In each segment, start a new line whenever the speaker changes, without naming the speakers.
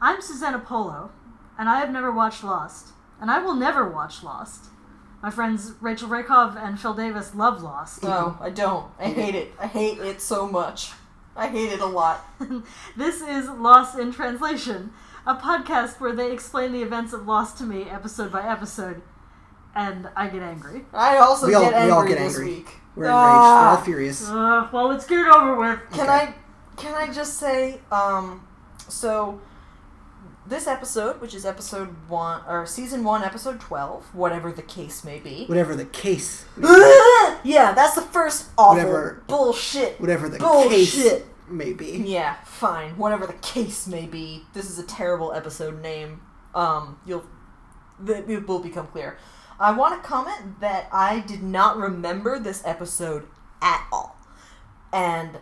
I'm Susanna Polo, and I have never watched Lost, and I will never watch Lost. My friends Rachel Rakov and Phil Davis love Lost.
No, I don't. I hate it. I hate it so much. I hate it a lot.
this is Lost in Translation, a podcast where they explain the events of Lost to me episode by episode, and I get angry.
I also
We all-
get angry
we all get
this
angry.
week.
We're enraged.
Ah.
We're all furious.
Uh, well, let's get it over with.
Can
Okay.
I can I just say um so this episode, which is episode one or season one, episode twelve, whatever the case may be.
Whatever the case.
yeah, that's the first awful
Whatever-
bullshit.
Whatever the case
Bullshit.
may be.
Yeah, fine. Whatever the case may be, this is a terrible episode name. Um, you'll th- it will become clear. I want to comment that I did not remember this episode at all, and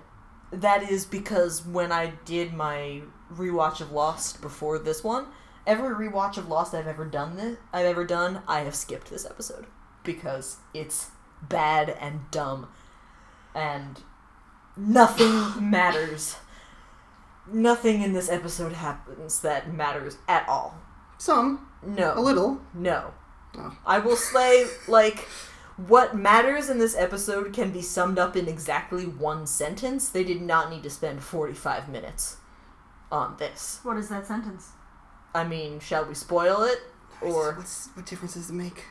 that is because when I did my rewatch of Lost before this one, every rewatch of Lost I've ever done this I've ever done, I have skipped this episode because it's bad and dumb, and nothing matters. Nothing in this episode happens that matters at all.
Some.
No.
A little.
No.
Oh.
I will say, like, what matters in this episode can be summed up in exactly one sentence. They did not need to spend 45 minutes on this.
What is that sentence?
I mean, shall we spoil it? Or uh,
What's, what difference does it make?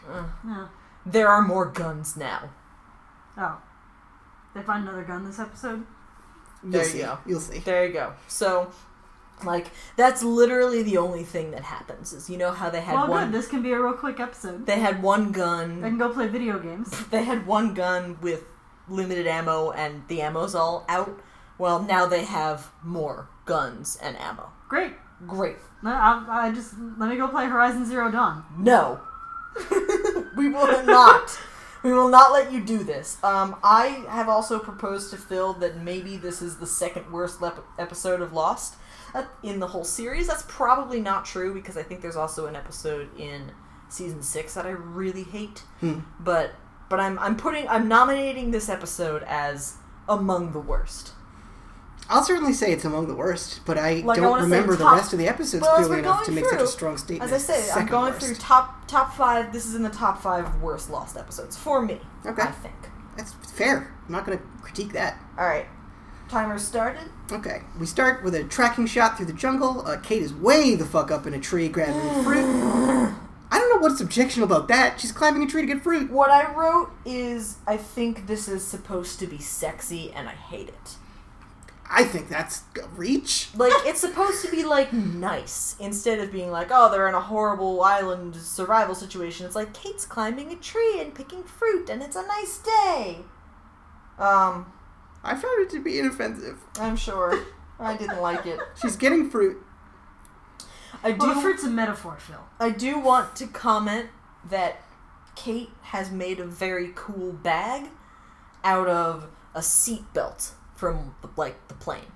No.
there are more guns now.
Oh. They find another gun this episode?
You'll
There you
see.
go.
You'll see.
There you go. So, like, that's literally the only thing that happens. Is you know how they had
well,
one.
good. This can be a real quick episode.
They had one gun.
I can go play video games.
they had one gun with limited ammo and the ammo's all out. Well, now they have more guns and ammo.
Great.
Great.
No, I, I just let me go play Horizon Zero Dawn.
No. we will not. We will not let you do this. Um, I have also proposed to Phil that maybe this is the second worst lep- episode of Lost uh, in the whole series. That's probably not true because I think there's also an episode in season six that I really hate.
Hmm.
But but I'm I'm putting I'm nominating this episode as among the worst.
I'll certainly say it's among the worst, but I
Like, I
don't
wanna say
remember the
top-
rest of the episodes
Well, as
clearly
we're
enough
going
to make such
through-
a strong statement.
As I say, I'm
Second
going
worst.
through top top five. This is in the top five worst Lost episodes for me.
Okay.
I think.
That's fair. I'm not going to critique that.
All right. Timer started.
Okay, we start with a tracking shot through the jungle. Uh, Kate is way the fuck up in a tree grabbing fruit. I don't know what's objectionable about that. She's climbing a tree to get fruit.
What I wrote is I think this is supposed to be sexy and I hate it.
I think that's a reach.
Like it's supposed to be like nice instead of being like, oh, they're in a horrible island survival situation. It's like Kate's climbing a tree and picking fruit and it's a nice day. Um,
I found it to be inoffensive.
I'm sure I didn't like it.
She's getting fruit.
I do
Well, the fruit's a metaphor, Phil.
I do want to comment that Kate has made a very cool bag out of a seatbelt from like the plane.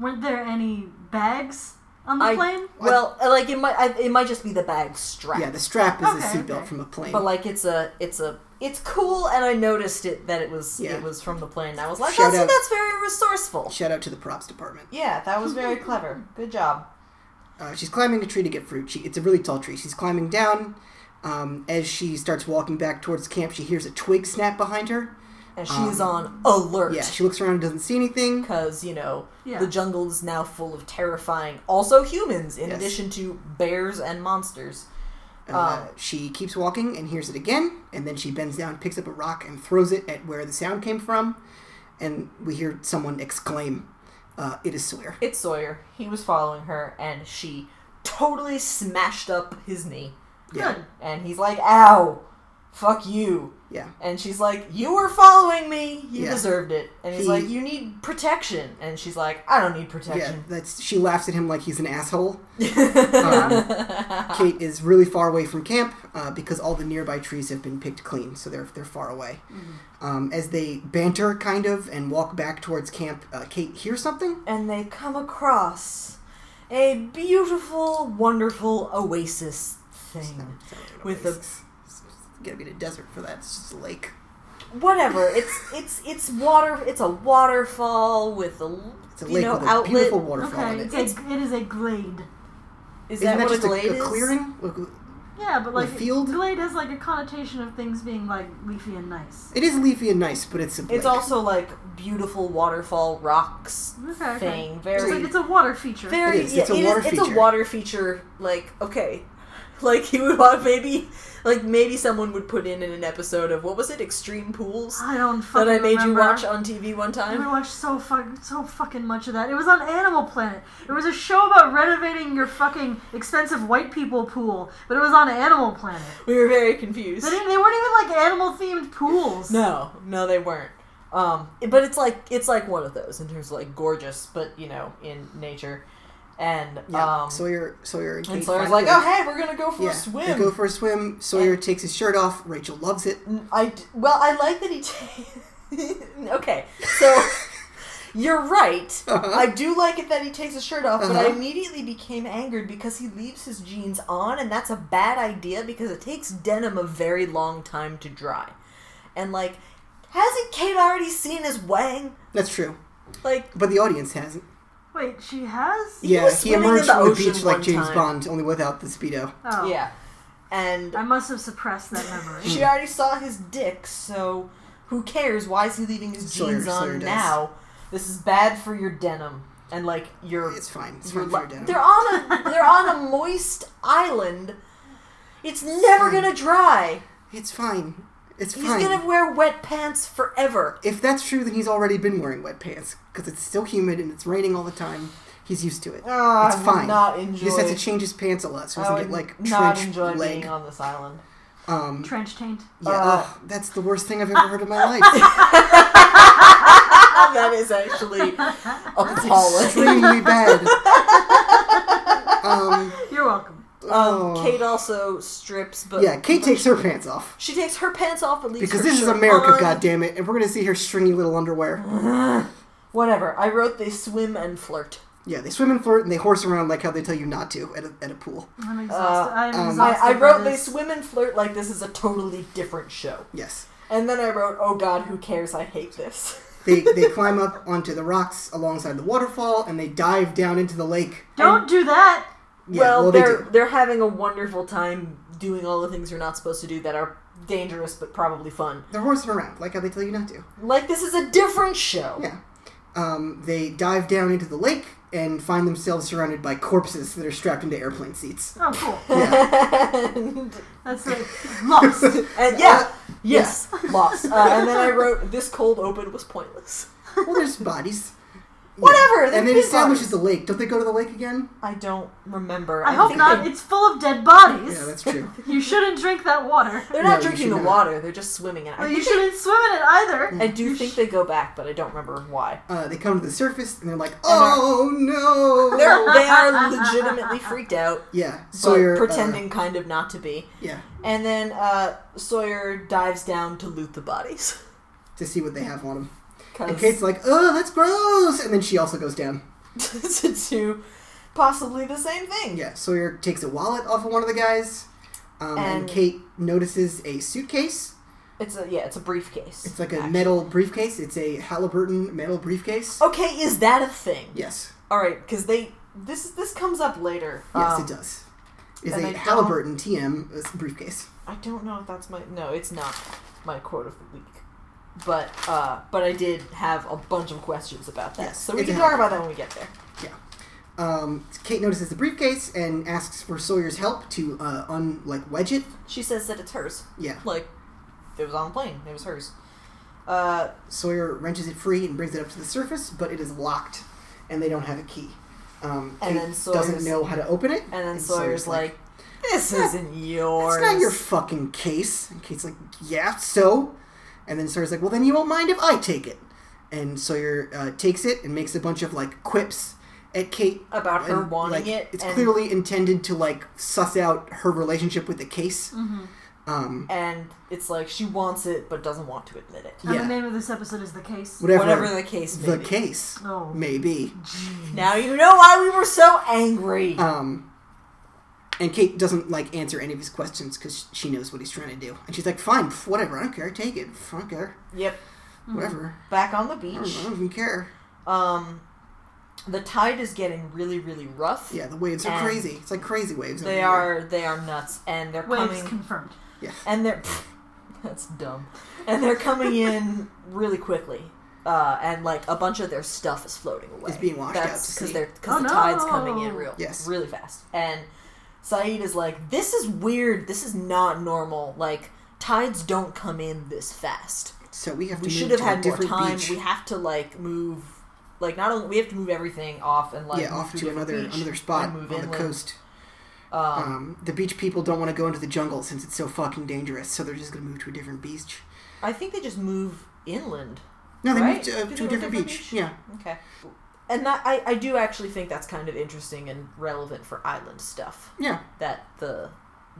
Weren't there any bags on the
I-
plane?
Well, uh, like it might I, it might just be the bag strap.
Yeah, the strap is a
Okay,
seatbelt
okay.
from a plane.
but like it's a it's a it's cool, and I noticed it that it was
Yeah.
it was from the plane. I was like,
Shout
oh, see,
out-
that's very resourceful.
Shout out to the props department.
Yeah, that was very clever. Good job.
Uh, she's climbing a tree to get fruit. She, it's a really tall tree. She's climbing down. Um, as she starts walking back towards camp, she hears a twig snap behind her.
And she's
Um,
on alert.
Yeah, she looks around and doesn't see anything.
because you know
Yeah.
the jungle is now full of terrifying also humans in
Yes.
addition to bears and monsters
Uh, she keeps walking and hears it again, and then she bends down, picks up a rock, and throws it at where the sound came from. And we hear someone exclaim, uh, "It is Sawyer!"
it's sawyer he was following her and she totally smashed up his knee
Yeah,
Good.
and he's like ow fuck you
yeah.
and she's like you were following me you
Yeah.
deserved it and he's
He-
like you need protection and she's like i don't need
Yeah,
protection
that's she laughs at him like he's an asshole. Um, Kate is really far away from camp uh, because all the nearby trees have been picked clean, so they're they're far away.
Mm-hmm.
Um, as they banter kind of and walk back towards camp, uh, Kate hears something.
and they come across a beautiful wonderful oasis thing
It's not an
With the-
oasis. It's gotta be the desert for that. It's just a lake.
whatever. It's it's it's water. It's a waterfall with a
It's a
you
lake
know
with a
outlet.
beautiful waterfall
Okay,
in it.
it's, it is a glade.
Is
Isn't
that, what
just
a glade
a,
is?
clearing? Look,
Yeah, but like
field?
glade has like a connotation of things being like leafy and nice.
It is leafy and nice, but it's a
It's
lake.
also like beautiful waterfall rocks
Okay, okay.
thing.
It's
Very,
like it's a water feature.
very.
It is,
yeah,
it's a water
It's a
feature.
water feature. Like okay, like he would want maybe, like maybe someone would put in in an episode of what was it, Extreme Pools
I don't fucking
that I made
remember.
you watch on TV one
I
time.
watched so fuck, so fucking much of that. It was on Animal Planet. It was a show about renovating your fucking expensive white people pool, but it was on Animal Planet.
We were very
They
confused.
didn't. They weren't even like animal themed pools.
No, no, they weren't. Um, but it's like it's like one of those in terms of like gorgeous, but you know, in nature, and
Yeah.
um,
Sawyer, Sawyer, and,
and
Kate
Sawyer's
finally-
like, oh hey, we're gonna go for
yeah,
a swim.
They go for a swim. Sawyer takes his shirt off. Rachel loves it.
I d- well, I like that he. ta- okay, so you're right.
Uh-huh.
I do like it that he takes his shirt off, but I
Uh-huh.
immediately became angered because he leaves his jeans on, and that's a bad idea because it takes denim a very long time to dry, and like, hasn't Kate already seen his wang?
That's true,
Like,
but the audience hasn't.
Wait, she has.
Yeah,
was
he,
swimming in
emerged
the
from the
ocean
beach
one
like James
time.
Bond, only without the speedo.
Oh,
yeah, and
Uh,
I must have suppressed that memory.
hmm.
She already saw his dick, so who cares? Why is he leaving his
Sawyer-
jeans on
Sawyer does.
now? This is bad for your denim and like your.
It's fine. It's
your
fine for
li-
your dinner.
they're on a they're on a moist island. It's never gonna dry.
It's fine. It's
He's
fine.
gonna wear wet pants forever.
If that's true, then he's already been wearing wet pants because it's still humid and it's raining all the time. He's used to it.
Ah,
it's
I would
fine.
not
He just has
enjoy-
to change his pants a lot so he
I
doesn't
would
get like
not
trench
enjoy
leg.
being on this island.
Um,
Trench taint.
yeah,
Uh,
ugh, that's the worst thing I've ever heard in my life.
Ah, that is actually appalling.
Extremely bad. Um,
You're welcome.
Um,
oh.
Kate also strips, but
yeah, Kate takes her pants off
she takes her pants off but leaves
because
her
this is
shirt
America,
on.
goddammit, and we're gonna see her stringy little underwear.
Whatever. I wrote they swim and flirt.
Yeah, they swim and flirt and they horse around like how they tell you not to at a, at a pool.
I'm exhausted. I'm
um,
I,
exhausted.
I
by
wrote they
this.
swim and flirt like this is a totally different show.
Yes.
And then I wrote, oh god, who cares? I hate this.
They, they climb up onto the rocks alongside the waterfall and they dive down into the lake.
Don't do that.
Yeah,
well,
well, they
they're
do.
they're having a wonderful time doing all the things you're not supposed to do that are dangerous but probably fun.
They're horsing around like how they tell you not to.
Like this is a different show.
Yeah. Um, they dive down into the lake and find themselves surrounded by corpses that are strapped into airplane seats.
Oh, cool.
Yeah. Uh,
and,
That's it. Lost.
and yeah, yes, lost. Uh, and then I wrote this cold open was pointless.
well, there's bodies.
Whatever,
Yeah.
there's
And it
big
establishes
bodies.
the lake. Don't they go to the lake again?
I don't remember.
I hope
think
not.
they-
It's full of dead bodies.
Yeah, that's true.
You shouldn't drink that water.
They're
No,
not
you
drinking
should
the
not.
water. They're just swimming in. it. I
Well, you
think
shouldn't swim in it either.
they- I do think they go back, but I don't remember why.
Uh, they come to the surface and they're like, "Oh no!"
They're, they are legitimately freaked out,
Yeah,
but
Sawyer uh,
pretending kind of not to be.
yeah,
And then uh, Sawyer dives down to loot the bodies.
to see what they have on them.
'Cause-
And Kate's like, "Oh, that's gross," and then she also goes down.
to do possibly the same thing.
Yeah, Sawyer takes a wallet off of one of the guys, um, and,
And-
Kate notices a suitcase.
It's a yeah, it's a briefcase.
It's like a
actually.
metal briefcase. It's a Halliburton metal briefcase.
Okay, is that a thing?
Yes,
All right, because they this this comes up later.
yes,
Um,
it does.
and
It's
I
a
don't-
Halliburton TM is briefcase.
I don't know if that's my no, it's not my quote of the week. But uh but I did have a bunch of questions about that.
Yes,
so we
it's
can
a
talk
help.
about that when we get there.
Um, Kate notices the briefcase and asks for Sawyer's help to uh, un like wedge it.
She says that it's hers.
Yeah,
Like it was on the plane, it was hers. Uh
Sawyer wrenches it free and brings it up to the surface, but it is locked, and they don't have a key. Um,
And
Kate
then Sawyer's-
doesn't know how to open it.
and then Sawyer's, like, This
"Eh,
isn't yours.
It's not your fucking case. And Kate's like, yeah, so? And then Sawyer's like, well, then you won't mind if I take it. And Sawyer uh, takes it and makes a bunch of, like, quips at Kate.
About her
and,
wanting
like,
it
It's
and-
clearly intended to, like, suss out her relationship with the case.
Mm-hmm.
Um,
and it's like she wants it but doesn't want to admit it.
Yeah.
And the name of this episode is The Case.
whatever,
Whatever the case may
the
be.
case
Oh.
may be.
Now you know why we were so angry.
Um, and Kate doesn't, like, answer any of his questions because she knows what he's trying to do. And she's like, fine, pff, whatever, I don't care, take it. Pff, I don't care,
yep.
whatever.
Back on the
I don't,
beach.
I don't even care.
Um The tide is getting really, really rough.
Yeah, the waves are
And-
crazy. It's like crazy waves. over
They
here.
are they are nuts, and they're
Waves
coming
confirmed.
Yeah.
and they're that's dumb, and they're coming in really quickly. Uh, and like a bunch of their stuff is floating away.
It's being washed out
That's
to
because
sea.
they're because
Oh,
the tide's coming in
no.
real
Yes.
really fast. And Saeed is like, "This is weird. This is not normal. Like tides don't come in this fast."
So we have to
we
move
should have
to a
had more
different
time.
beach.
We have to like move, like not only we have to move everything off and like
yeah,
move
off
a
to
different
another
beach
another spot
and move
on the
inland.
coast.
Um,
Um, the beach people don't want to go into the jungle since it's so fucking dangerous, so they're just gonna move to a different beach.
I think they just move inland.
No, they
Right?
moved to, uh,
Did
to
they
a
go
different beach. Yeah,
Okay, and that I I do actually think that's kind of interesting and relevant for island stuff
yeah.
that the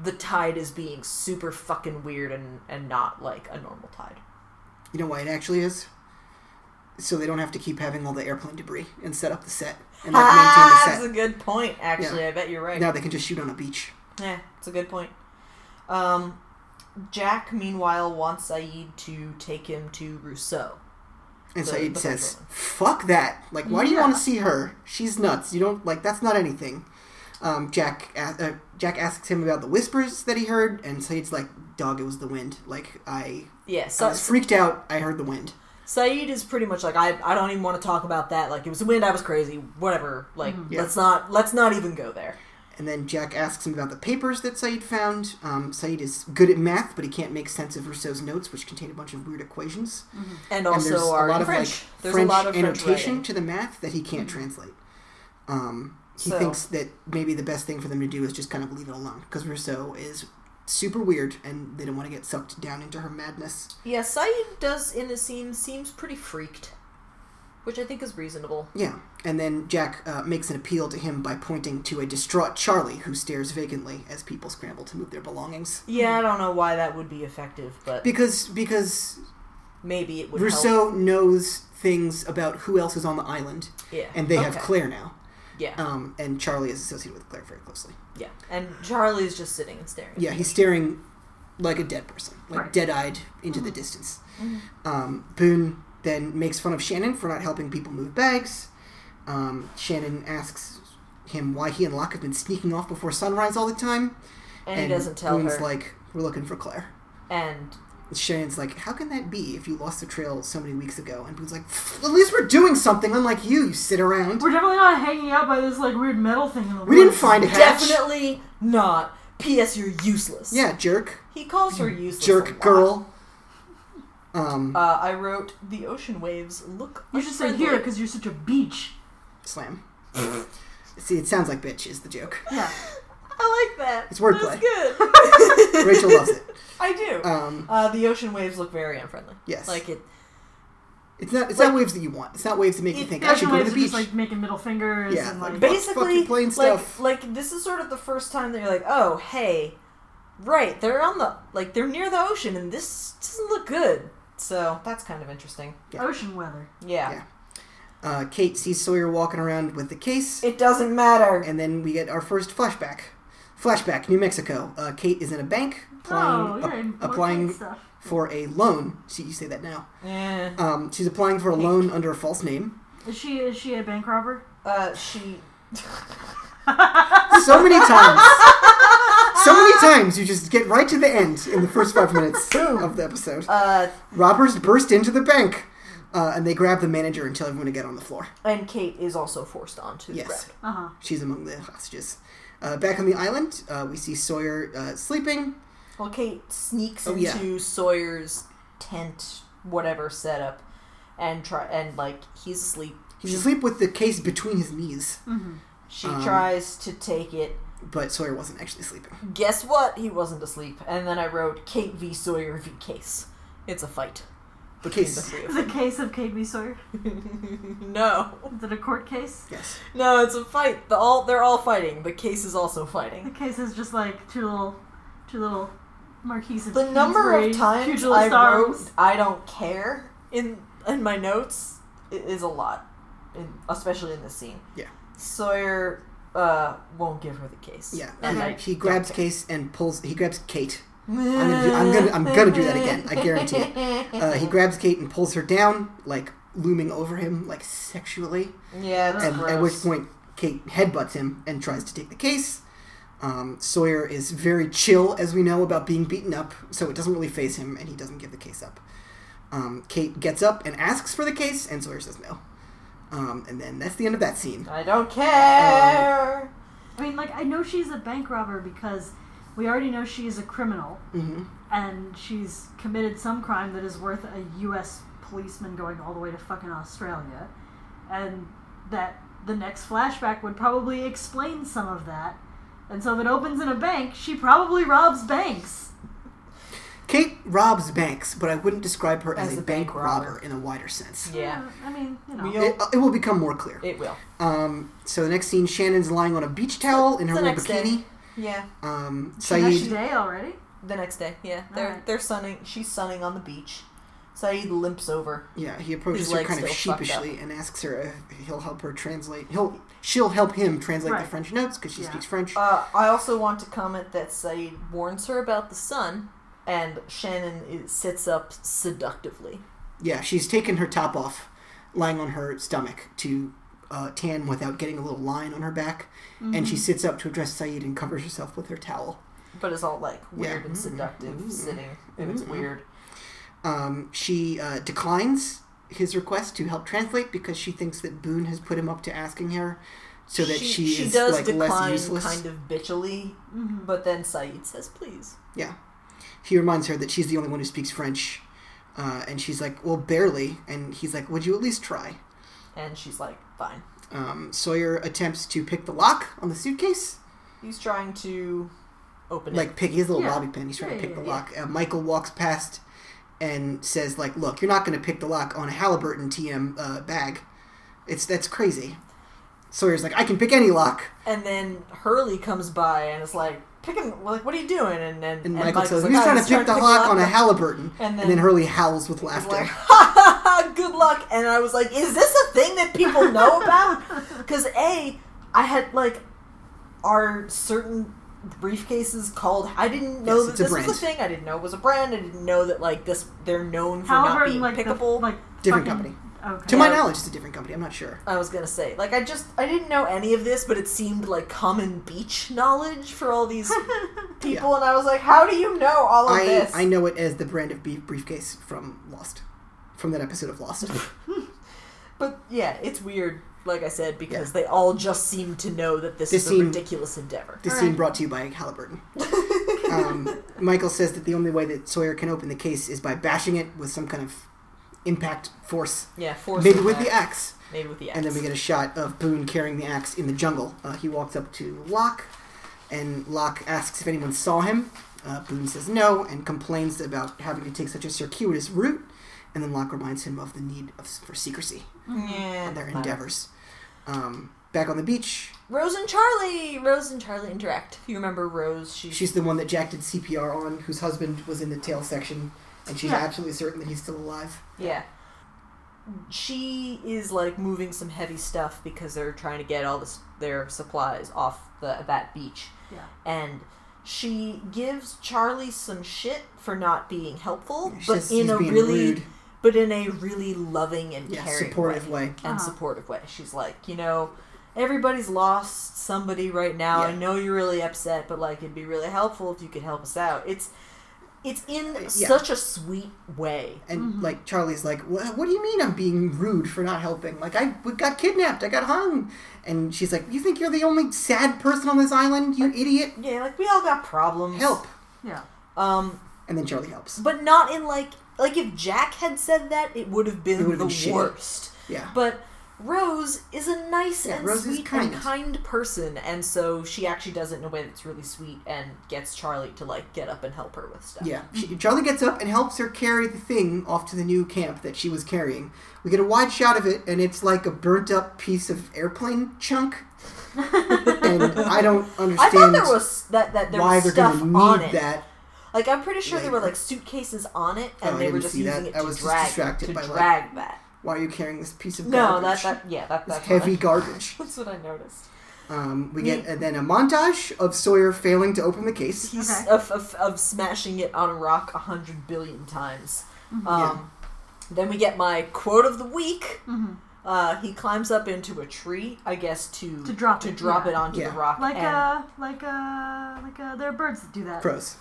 the tide is being super fucking weird and and not like a normal tide.
You know why it actually is? So they don't have to keep having all the airplane debris and set up the set and like
ah,
maintain
that's
the set.
a good point. Actually, I bet you're right.
Now they can just shoot on a beach.
Yeah, it's a good point. Um, Jack, meanwhile, wants Saeed to take him to Rousseau.
And
The-
Saeed
the
says,
first one.
"Fuck that! Like, why do you
Yeah.
want to see her? She's nuts. You don't like. That's not anything." Um, Jack a- uh, Jack asks him about the whispers that he heard, and Saeed's like, "Dog, it was the wind. Like, I,
Yeah,
I
Sa-
was freaked out. I heard the wind."
Saeed is pretty much like I, I don't even want to talk about that. Like it was the wind, I was crazy, whatever. Like
Yeah.
let's not let's not even go there.
And then Jack asks him about the papers that Said found. Um, Said is good at math, but he can't make sense of Rousseau's notes, which contain a bunch of weird equations.
And
And
also
there's
our
a lot of
French.
like
there's
French
a lot of French
annotation
writing.
to the math that he can't translate. Um, he
So-
thinks that maybe the best thing for them to do is just kind of leave it alone because Rousseau is super weird, and they don't want to get sucked down into her madness.
Yeah, Saeed does in this scene seems pretty freaked, which I think is reasonable.
Yeah, and then Jack uh, makes an appeal to him by pointing to a distraught Charlie who stares vacantly as people scramble to move their belongings.
Yeah, I don't know why that would be effective, but
Because because
maybe it would help.
Rousseau knows things about who else is on the island,
Yeah,
and they have
Okay.
Claire now.
Yeah,
Um, and Charlie is associated with Claire very closely.
yeah, and Charlie's just sitting and staring.
Yeah, he's staring like a dead person, like
Right.
dead eyed into
Mm-hmm.
the distance. Um, Boone then makes fun of Shannon for not helping people move bags. Um, Shannon asks him why he and Locke have been sneaking off before sunrise all the time.
and, he doesn't tell
Boone's
her.
like, We're looking for Claire.
and
Shannon's like, how can that be if you lost the trail so many weeks ago? And Boone's like, at least we're doing something, unlike you, you sit around.
We're definitely not hanging out by this like weird metal thing in the
We didn't
woods.
find a hatch.
definitely not. P.S. You're useless.
Yeah, jerk.
He calls her useless. a
Jerk
lot.
girl. Um,
Uh, I wrote the ocean waves look.
You should say
unfriendly."
here because you're such a beach.
slam. See, it sounds like bitch is the joke.
Yeah.
I like that.
It's wordplay.
That's good.
Rachel loves it.
I do.
Um,
Uh, the ocean waves look very unfriendly.
Yes.
Like it.
it's not it's
Like-
not waves that you want. It's not waves that make you
It-
think I
Fashion
should go to
waves
the
are
beach.
just like making middle fingers
Yeah,
and
like,
like.
fuck-
Basically,
fucking plain
like
stuff.
like this is sort of the first time that you're like, oh hey, right? They're on the like they're near the ocean, and this doesn't look good. So that's kind of interesting.
yeah.
Ocean weather.
Yeah.
Yeah. uh, Kate sees Sawyer walking around with the case,
It doesn't matter.
and then we get our first flashback. Flashback, New Mexico. Uh, Kate is in a bank
oh,
applying
you're in
ap-
more
applying
fun stuff.
for a loan. See, you say that now.
Eh.
Um, she's applying for a loan under a false name.
Is she is she a bank robber?
Uh, she.
So many times. So many times you just get right to the end in the first five minutes of the episode.
Uh,
Robbers burst into the bank uh, and they grab the manager and tell everyone to get on the floor.
and Kate is also forced onto the
Yes.
ground.
Uh huh.
She's among the hostages. Uh, back on the island, uh, we see Sawyer uh, sleeping.
Well, Kate sneaks
Oh, yeah.
into Sawyer's tent, whatever setup, and try and like he's asleep.
He's asleep with the case between his knees,
Mm-hmm. She
Um,
tries to take it.
but Sawyer wasn't actually sleeping.
Guess what? He wasn't asleep. And then I wrote Kate v Sawyer v Case. It's a fight
The
between the
case.
three of
The case of Kate B. Sawyer.
them. no,
Is it a court case?
Yes.
no, it's a fight. The all they're all fighting. The case is also
The
fighting.
case is just like two little, two little marquises.
The number of
two
times
little
I
stars.
wrote I don't care in in my notes i- is a lot, in, especially in this scene.
Yeah.
Sawyer uh, won't give her the case.
Yeah.
And
he,
I
he grabs
don't
case and pulls. He grabs Kate.
care.
Uh,
Mm-hmm.
I'm gonna do- I'm gonna- I'm gonna do that again. I guarantee it. Uh, he grabs Kate and pulls her down, like looming over him, like sexually.
Yeah, that's
And
gross.
at which point, Kate headbutts him and tries to take the case. Um, Sawyer is very chill, as we know, about being beaten up, so it doesn't really phase him, and he doesn't give the case up. Um, Kate gets up and asks for the case, and Sawyer says no. Um, and then that's the end of that scene.
I don't care.
I mean, like, I know she's a bank robber because we already know she is a criminal
hmm
and she's committed some crime that is worth a U.S. policeman going all the way to fucking Australia. And that the next flashback would probably explain some of that. And so if it opens in a bank, she probably robs banks.
Kate robs banks, but I wouldn't describe her as, a, bank, robber.
robber.
in a wider sense.
Yeah,
I mean, you know.
We
It, it will become more clear.
it will.
Um, so the next scene, Shannon's lying on a beach towel in her
the
little
next day.
bikini.
Yeah,
Um,
She has
Saeed,
today already?
the next day. Yeah, they're
Alright.
they're sunning. She's sunning on the beach. Saeed limps over.
yeah, he approaches
His
her
leg's
kind of
still fucked
sheepishly and asks her if he'll help her translate. He'll she'll help him translate
Right.
the French notes because she
Yeah.
speaks French.
Uh, I also want to comment that Saeed warns her about the sun, and Shannon is, sits up seductively.
yeah, she's taken her top off, lying on her stomach to uh, tan without getting a little line on her back, and
Mm-hmm.
she sits up to address Saeed and covers herself with her towel.
but it's all like weird
Yeah. Mm-hmm.
and seductive
Mm-mm.
sitting and it's
Mm-mm.
weird
Um, she uh, declines his request to help translate because she thinks that Boone has put him up to asking her, so that she, is like less useless.
kind of bitchily
Mm-hmm.
but then saeed says please
he reminds her that she's the only one who speaks French, uh, and she's like, "Well, barely." And he's like, "Would you at least try?"
and she's like fine
Um, Sawyer attempts to pick the lock on the suitcase,
he's trying to open it
like pick his little
Yeah.
lobby pin. He's trying to
Yeah,
pick
yeah,
the
yeah.
lock. Uh, Michael walks past and says, "Like, look, you're not going to pick the lock on a Halliburton TM uh, bag. It's that's crazy." Sawyer's like, "I can pick any lock."
and then hurley comes by and is like picking like what are you doing and then
And, Michael
Mike's
tells
like,
him, he's
"Oh,
trying to pick the lock on a Halliburton.
and
And
then,
then, Hurley howls with
he's
laughter.
like ha ha ha good luck and i was like is this a thing that people know about because a i had like are certain briefcases called i didn't know
Yes,
that
it's a
this was
brand.
a thing i didn't know it was a brand i didn't know that like this they're known for not
However,
being
like, the,
pickable
like
Different
fucking-
company.
Okay.
to my
Yeah.
knowledge, it's a different company. I'm not sure.
i was gonna say like i just i didn't know any of this but it seemed like common beach knowledge for all these people and i was like how do you know all of
I,
this
I know it as the brand of beef briefcase from Lost, from that episode of Lost.
but yeah it's weird like i said because they all just seem to know that this,
This
is a
seem-
ridiculous endeavor
This
All
scene
right.
brought to you by Halliburton. um, Michael says that the only way that Sawyer can open the case is by bashing it with some kind of impact force,
yeah force
maybe with the axe.
maybe with the axe
And then we get a shot of Boone carrying the axe in the jungle. Uh, he walks up to Locke, and Locke asks if anyone saw him. Uh, Boone says no and complains about having to take such a circuitous route. And then Locke reminds him of the need of, for secrecy
yeah
on their
whatever.
endeavors. Um, back on the beach,
Rose and Charlie. Rose and Charlie interact. You remember Rose? She,
she's the one that Jack did CPR on, whose husband was in the tail section, and she's
Yeah.
absolutely certain that he's still alive.
yeah. She is like moving some heavy stuff because they're trying to get all this, their supplies off the that beach,
Yeah.
and she gives Charlie some shit for not being helpful,
She
Oh, but
says
in
he's
a
being
really,
rude,
but in a really loving and
yeah,
caring
supportive
way.
way.
Uh-huh.
and supportive way. She's like, you know, everybody's lost somebody right now. I
Yeah.
know you're really upset, but like it'd be really helpful if you could help us out. It's it's in
yeah.
such a sweet way.
And
Mhm.
like Charlie's like, "Wha- what do you mean I'm being rude for not helping? Like I we got kidnapped, I got hung, and she's like, you think you're the only sad person on this island, you idiot?
Yeah, like we all got problems.
Help!
Yeah.
Um
And then Charlie helps.
but not in like like if Jack had said that, it would have
It
been
would've
the
been shitty.
worst.
Yeah,
But Rose is a nice
Yeah,
and
Rose is
sweet and
kind.
kind person, and so she actually does it in a way that's really sweet and gets Charlie to like get up and help her with stuff.
yeah. She, Charlie gets up and helps her carry the thing off to the new camp that she was carrying. We get a wide shot of it, and it's like a burnt up piece of airplane chunk. and I don't
I thought
understand
there was that that there
why
was
they're
stuff
going to
on
need
it.
that.
Like I'm pretty sure there were
later.
like suitcases on it, and
Oh, I
they were
didn't
just
see
using
that.
it
I
to
was just
drag
distracted
to
by, like,
drag that.
Why are you carrying this piece of
No,
garbage?
that that yeah that
This
that's
heavy
What
garbage.
I, that's what I noticed.
Um, we
Me-
get uh, then a montage of Sawyer failing to open the case.
He's
Okay. Mm-hmm.
of, of, of smashing it on a rock a hundred billion times. Um, Then we get my quote of the week.
hmm
Uh, he climbs up into a tree, I guess, to
To drop
to
it,
drop
yeah.
it onto
Yeah.
the rock.
Like
and-
uh, like uh, like uh, there are birds that do that.
Crows.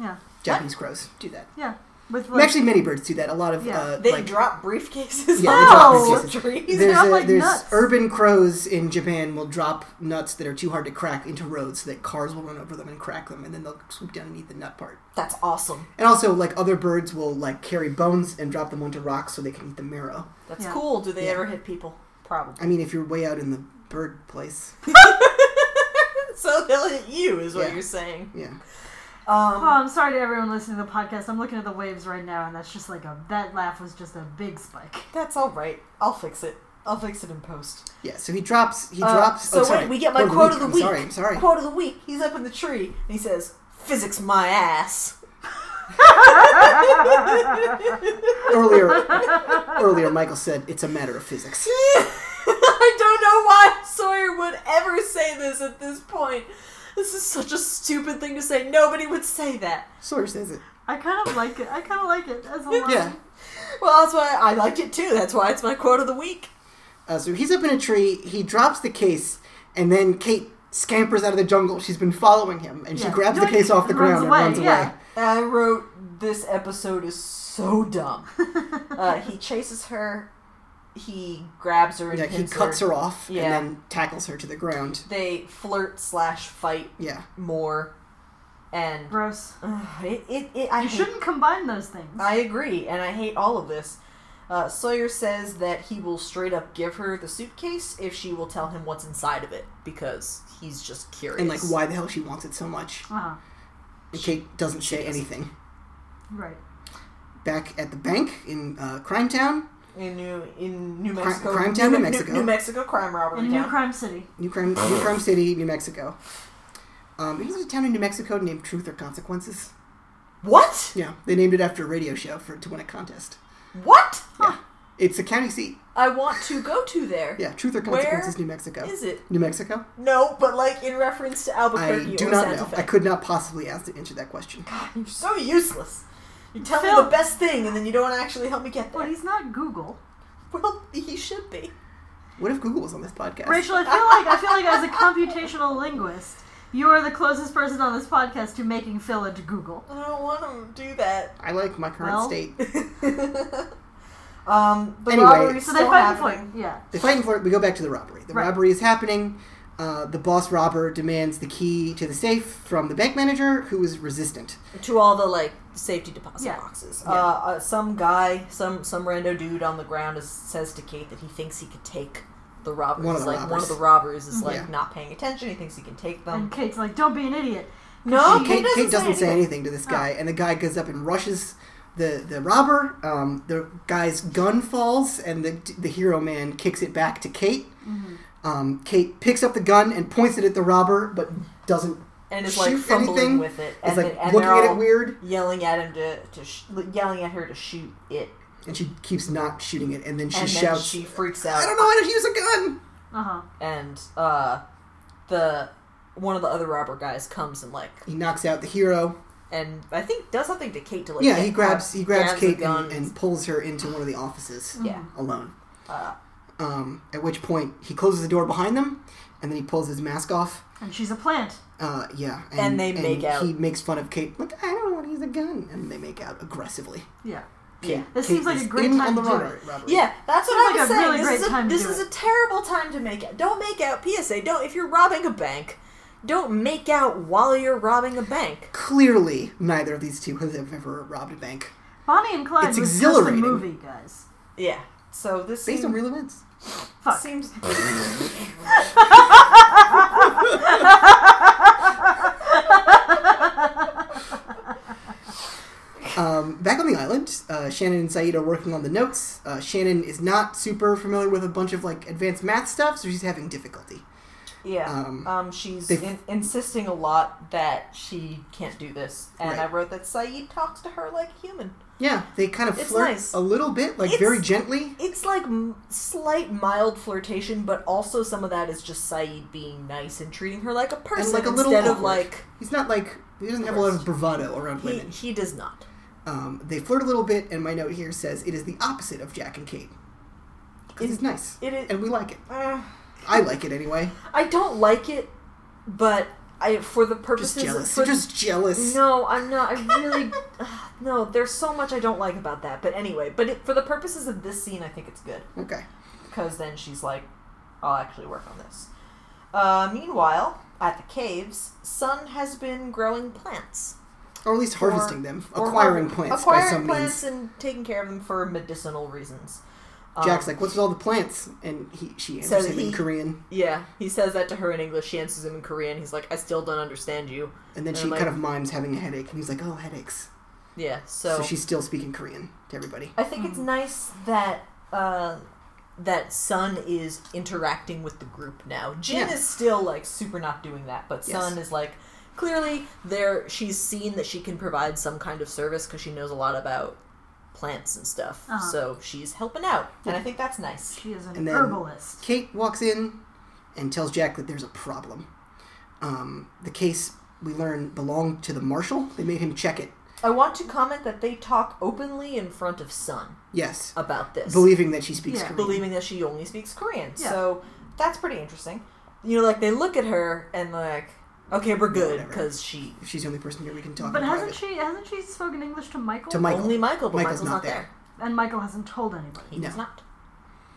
Yeah,
Japanese crows do that.
yeah. With
And
like,
Actually, many birds do that. A lot of
Yeah.
uh,
they
like
drop briefcases.
they
Yeah,
drop
off
briefcases.
trees.
They're-
there's
drop,
a,
like,
there's
nuts.
urban crows in Japan will drop nuts that are too hard to crack into roads so that cars will run over them and crack them, and then they'll swoop down and eat the nut part.
That's awesome.
And also, like other birds will like carry bones and drop them onto rocks so they can eat the marrow.
That's
Yeah.
cool. Do they
Yeah.
ever hit people? Probably.
I mean, if you're way out in the bird place,
So they'll hit you, is what
Yeah.
you're saying.
yeah.
oh,
Um,
I'm sorry to everyone listening to the podcast. I'm looking at the waves right now, and that's just like a that laugh was just a big spike.
that's all right. I'll fix it. I'll fix it in post.
Yeah, so he drops. He
Uh,
drops.
So
oh,
wait,
sorry.
we get my quote of the week.
I'm sorry. I'm sorry.
Quote of the week. He's up in the tree and he says, "Physics my ass."
earlier, earlier, Michael said it's a matter of physics.
I don't know why Sawyer would ever say this at this point. This is such a stupid thing to say. Nobody would say that.
Sawyer says it.
I kind of like it. I kind of like it as a line.
Yeah.
Well, that's why I liked it too. That's why it's my quote of the week.
Uh, so he's up in a tree. He drops the case, and then Kate scampers out of the jungle. She's been following him, and she
Yeah.
grabs the
Yoink,
case off the
and runs
ground
away,
and runs
yeah.
away.
I wrote this episode is so dumb. uh, he chases her. He grabs her and
Yeah, he
pins
cuts her off
Yeah.
and then tackles her to the ground.
They flirt slash fight
Yeah,
more, and
Gross.
Ugh, it, it, it I
You
hate-
shouldn't combine those things.
I agree, and I hate all of this. Uh, Sawyer says that he will straight up give her the suitcase if she will tell him what's inside of it because he's just curious.
and like, why the hell she wants it so much?
uh-huh.
And Kate doesn't say
doesn't.
anything.
Right.
Back at the bank in uh, Crime Town,
in New in New
Cri-
Mexico,
crime town, New
New
Mexico.
New, Mexico crime robbery
In New
town.
Crime City.
New Crime, New Crime City, New Mexico. Um, it was a town in New Mexico named Truth or Consequences.
what?
Yeah, they named it after a radio show for to win a contest.
What?
It's a county seat.
I want to go to there. Is
Yeah, Truth or
Where
Consequences, New Mexico.
it?
New Mexico?
No, but like in reference to
I
Albuquerque
do
or
not
Santa
know.
Fe.
I could not possibly ask to answer that question.
You're so useless. You tell me
Phil-
the best thing, and then you don't actually help me get
Well,
there.
he's not Google.
Well, he should be.
What if Google was on this podcast?
Rachel, I feel like I feel like as a computational linguist, you are the closest person on this podcast to making Phil into Google.
I don't want to do that.
I like my current
Well.
state.
um, the
Anyway.
robbery's
So
still
they fight and flirt.
happening.
Yeah.
They fight and flirt. We go back to the robbery. The
Right.
robbery is happening. Uh, the boss robber demands the key to the safe from the bank manager, who is resistant.
to all the like safety deposit
Yeah.
boxes.
Yeah.
Uh, uh, some guy, some some rando dude on the ground is, says to Kate that he thinks he could take the robbers.
One of the
like one
robbers.
of the robbers
Mm-hmm.
is like
Yeah.
not paying attention. He thinks he can take them.
And Kate's like, "Don't be an idiot."
no,
she-
Kate, doesn't,
Kate doesn't say
anything.
anything to this guy, and the guy goes up and rushes the the robber. Um, the guy's gun falls, and the the hero man kicks it back to Kate. Um, Kate picks up the gun and points it at the robber, but doesn't.
Mm-hmm.
and is like
shoot
fumbling
anything.
with it.
Is
And,
like
then- and
looking
they're
at
all
it weird,
yelling at him to, to sh- yelling at her to shoot it.
and she keeps not shooting it. And then she
and then
shouts,
she freaks out.
"I don't know how to use a gun."
Uh huh.
And uh, the one of the other robber guys comes and like
He knocks out the hero.
and I think does something to Kate to like
yeah,
get
he grabs
up,
he grabs,
the
Kate
gun
and, and pulls her into one of the offices
yeah
Mm-hmm.
alone.
uh,
Um, at which point he closes the door behind them, and then he pulls his mask off.
And she's a plant.
Uh, yeah,
And they make out.
He makes fun of Kate, like I don't want to use a gun, and they make out aggressively.
Yeah.
yeah
This
Kate
seems like
is
a great
in
time
on
to
the
do
robbery.
it.
robbery.
yeah that's
Seems
what I was
like a
saying
really
this
great
is a,
time to
this
do
is
it.
a terrible time to make out don't make out PSA don't if you're robbing a bank don't make out while you're robbing a bank
Clearly, neither of these two have ever robbed a bank
Bonnie and Clyde
It's
was
exhilarating.
just a movie, guys.
yeah so this
based
seems,
on real events.
Fuck.
seems
Um, back on the island, uh, Shannon and Saeed are working on the notes. Uh, Shannon is not super familiar with a bunch of like advanced math stuff, so she's having difficulty.
yeah
Um,
um, she's
they-
in, insisting a lot that she can't do this and
Right.
I wrote that Saeed talks to her like a human
Yeah, they kind of
It's
flirt
nice.
a little bit, like
It's-
very gently.
It's like m- slight mild flirtation, but also some of that is just Saeed being nice and treating her like a person
like, a little
instead of
awkward.
like
He's not like he doesn't have a lot of bravado around
he,
women.
he does not.
Um, they flirt a little bit, and my note here says it is the opposite of Jack and Kate. 'Cause
It-
it's nice,
It is.
and we like it.
uh,
I like it anyway.
I don't like it, but I for the purposes
Just jealous.
of for,
Just jealous.
No, I'm not. I really no. There's so much I don't like about that. But anyway, but it, for the purposes of this scene, I think it's good
Okay.
because then she's like, "I'll actually work on this." Uh, meanwhile, at the caves, Sun has been growing plants,
Or at least
Or-
harvesting them,
or
acquiring
har-
plants
acquiring
by some
plants
means.
and taking care of them for medicinal reasons. Um,
Jack's like, "What's with all the plants?" And he she answers
Says
him in
he-
Korean,
Yeah, he says that to her in English. She answers him in Korean. He's like, "I still don't understand you."
and then
and
she
like-
kind of mimes having a headache, and he's like, "Oh, headaches."
Yeah,
So,
so,
she's still speaking Korean to everybody.
I think
Mm-hmm.
it's nice that uh, that Sun is interacting with the group now. Jin
Yeah.
is still like super not doing that, but
Yes.
Sun is like clearly there. She's seen that she can provide some kind of service because she knows a lot about plants and stuff.
Uh-huh.
So she's helping out, and I think that's nice.
She is an
And then-
herbalist.
Kate walks in and tells Jack that there's a problem. Um, the case we learn belonged to the marshal. They made him check it.
I want to comment that they talk openly in front of Sun
Yes,
about this.
believing that she speaks
Yeah.
Korean.
believing that she only speaks Korean.
Yeah.
So that's pretty interesting. You know, like they look at her and like, okay, we're good
whatever.
because she
if she's the only person here, we can talk.
But
in
hasn't
private.
she hasn't she spoken English to Michael?
To Michael.
only Michael, but Michael's,
Michael's
not
not
there.
And Michael hasn't told anybody.
He
No.
does not.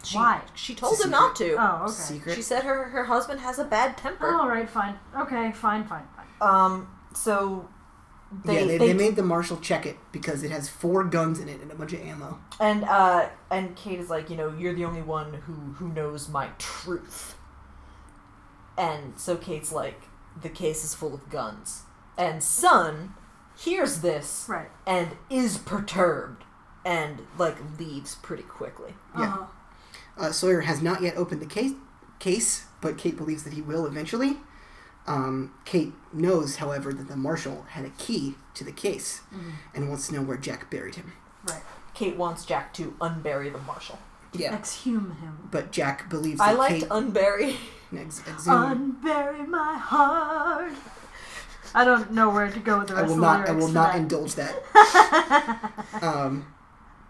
She,
Why?
She
It's
told
a
him not to.
Oh, okay.
Secret.
She said her her husband has a bad temper.
All right, fine. Okay, fine, fine, fine.
Um, so they
yeah, they,
they,
they made the marshal check it because it has four guns in it and a bunch of ammo.
and uh and Kate is like, you know, you're the only one who who knows my truth. And so Kate's like, the case is full of guns, and Son hears this
Right.
and is perturbed and like leaves pretty quickly.
Yeah.
Uh-huh.
Uh, Sawyer has not yet opened the case, case, but Kate believes that he will eventually. Um, Kate knows, however, that the marshal had a key to the case
Mm-hmm.
and wants to know where Jack buried him.
Right.
Kate wants Jack to unbury the marshal.
Yeah.
Exhume him.
But Jack believes that
I liked
Kate
unbury.
ex- exhumed-
Unbury my heart. I don't know where to go with the
I
rest
will
of
not.
the
I
lyrics
will
to
not
that.
indulge that. um,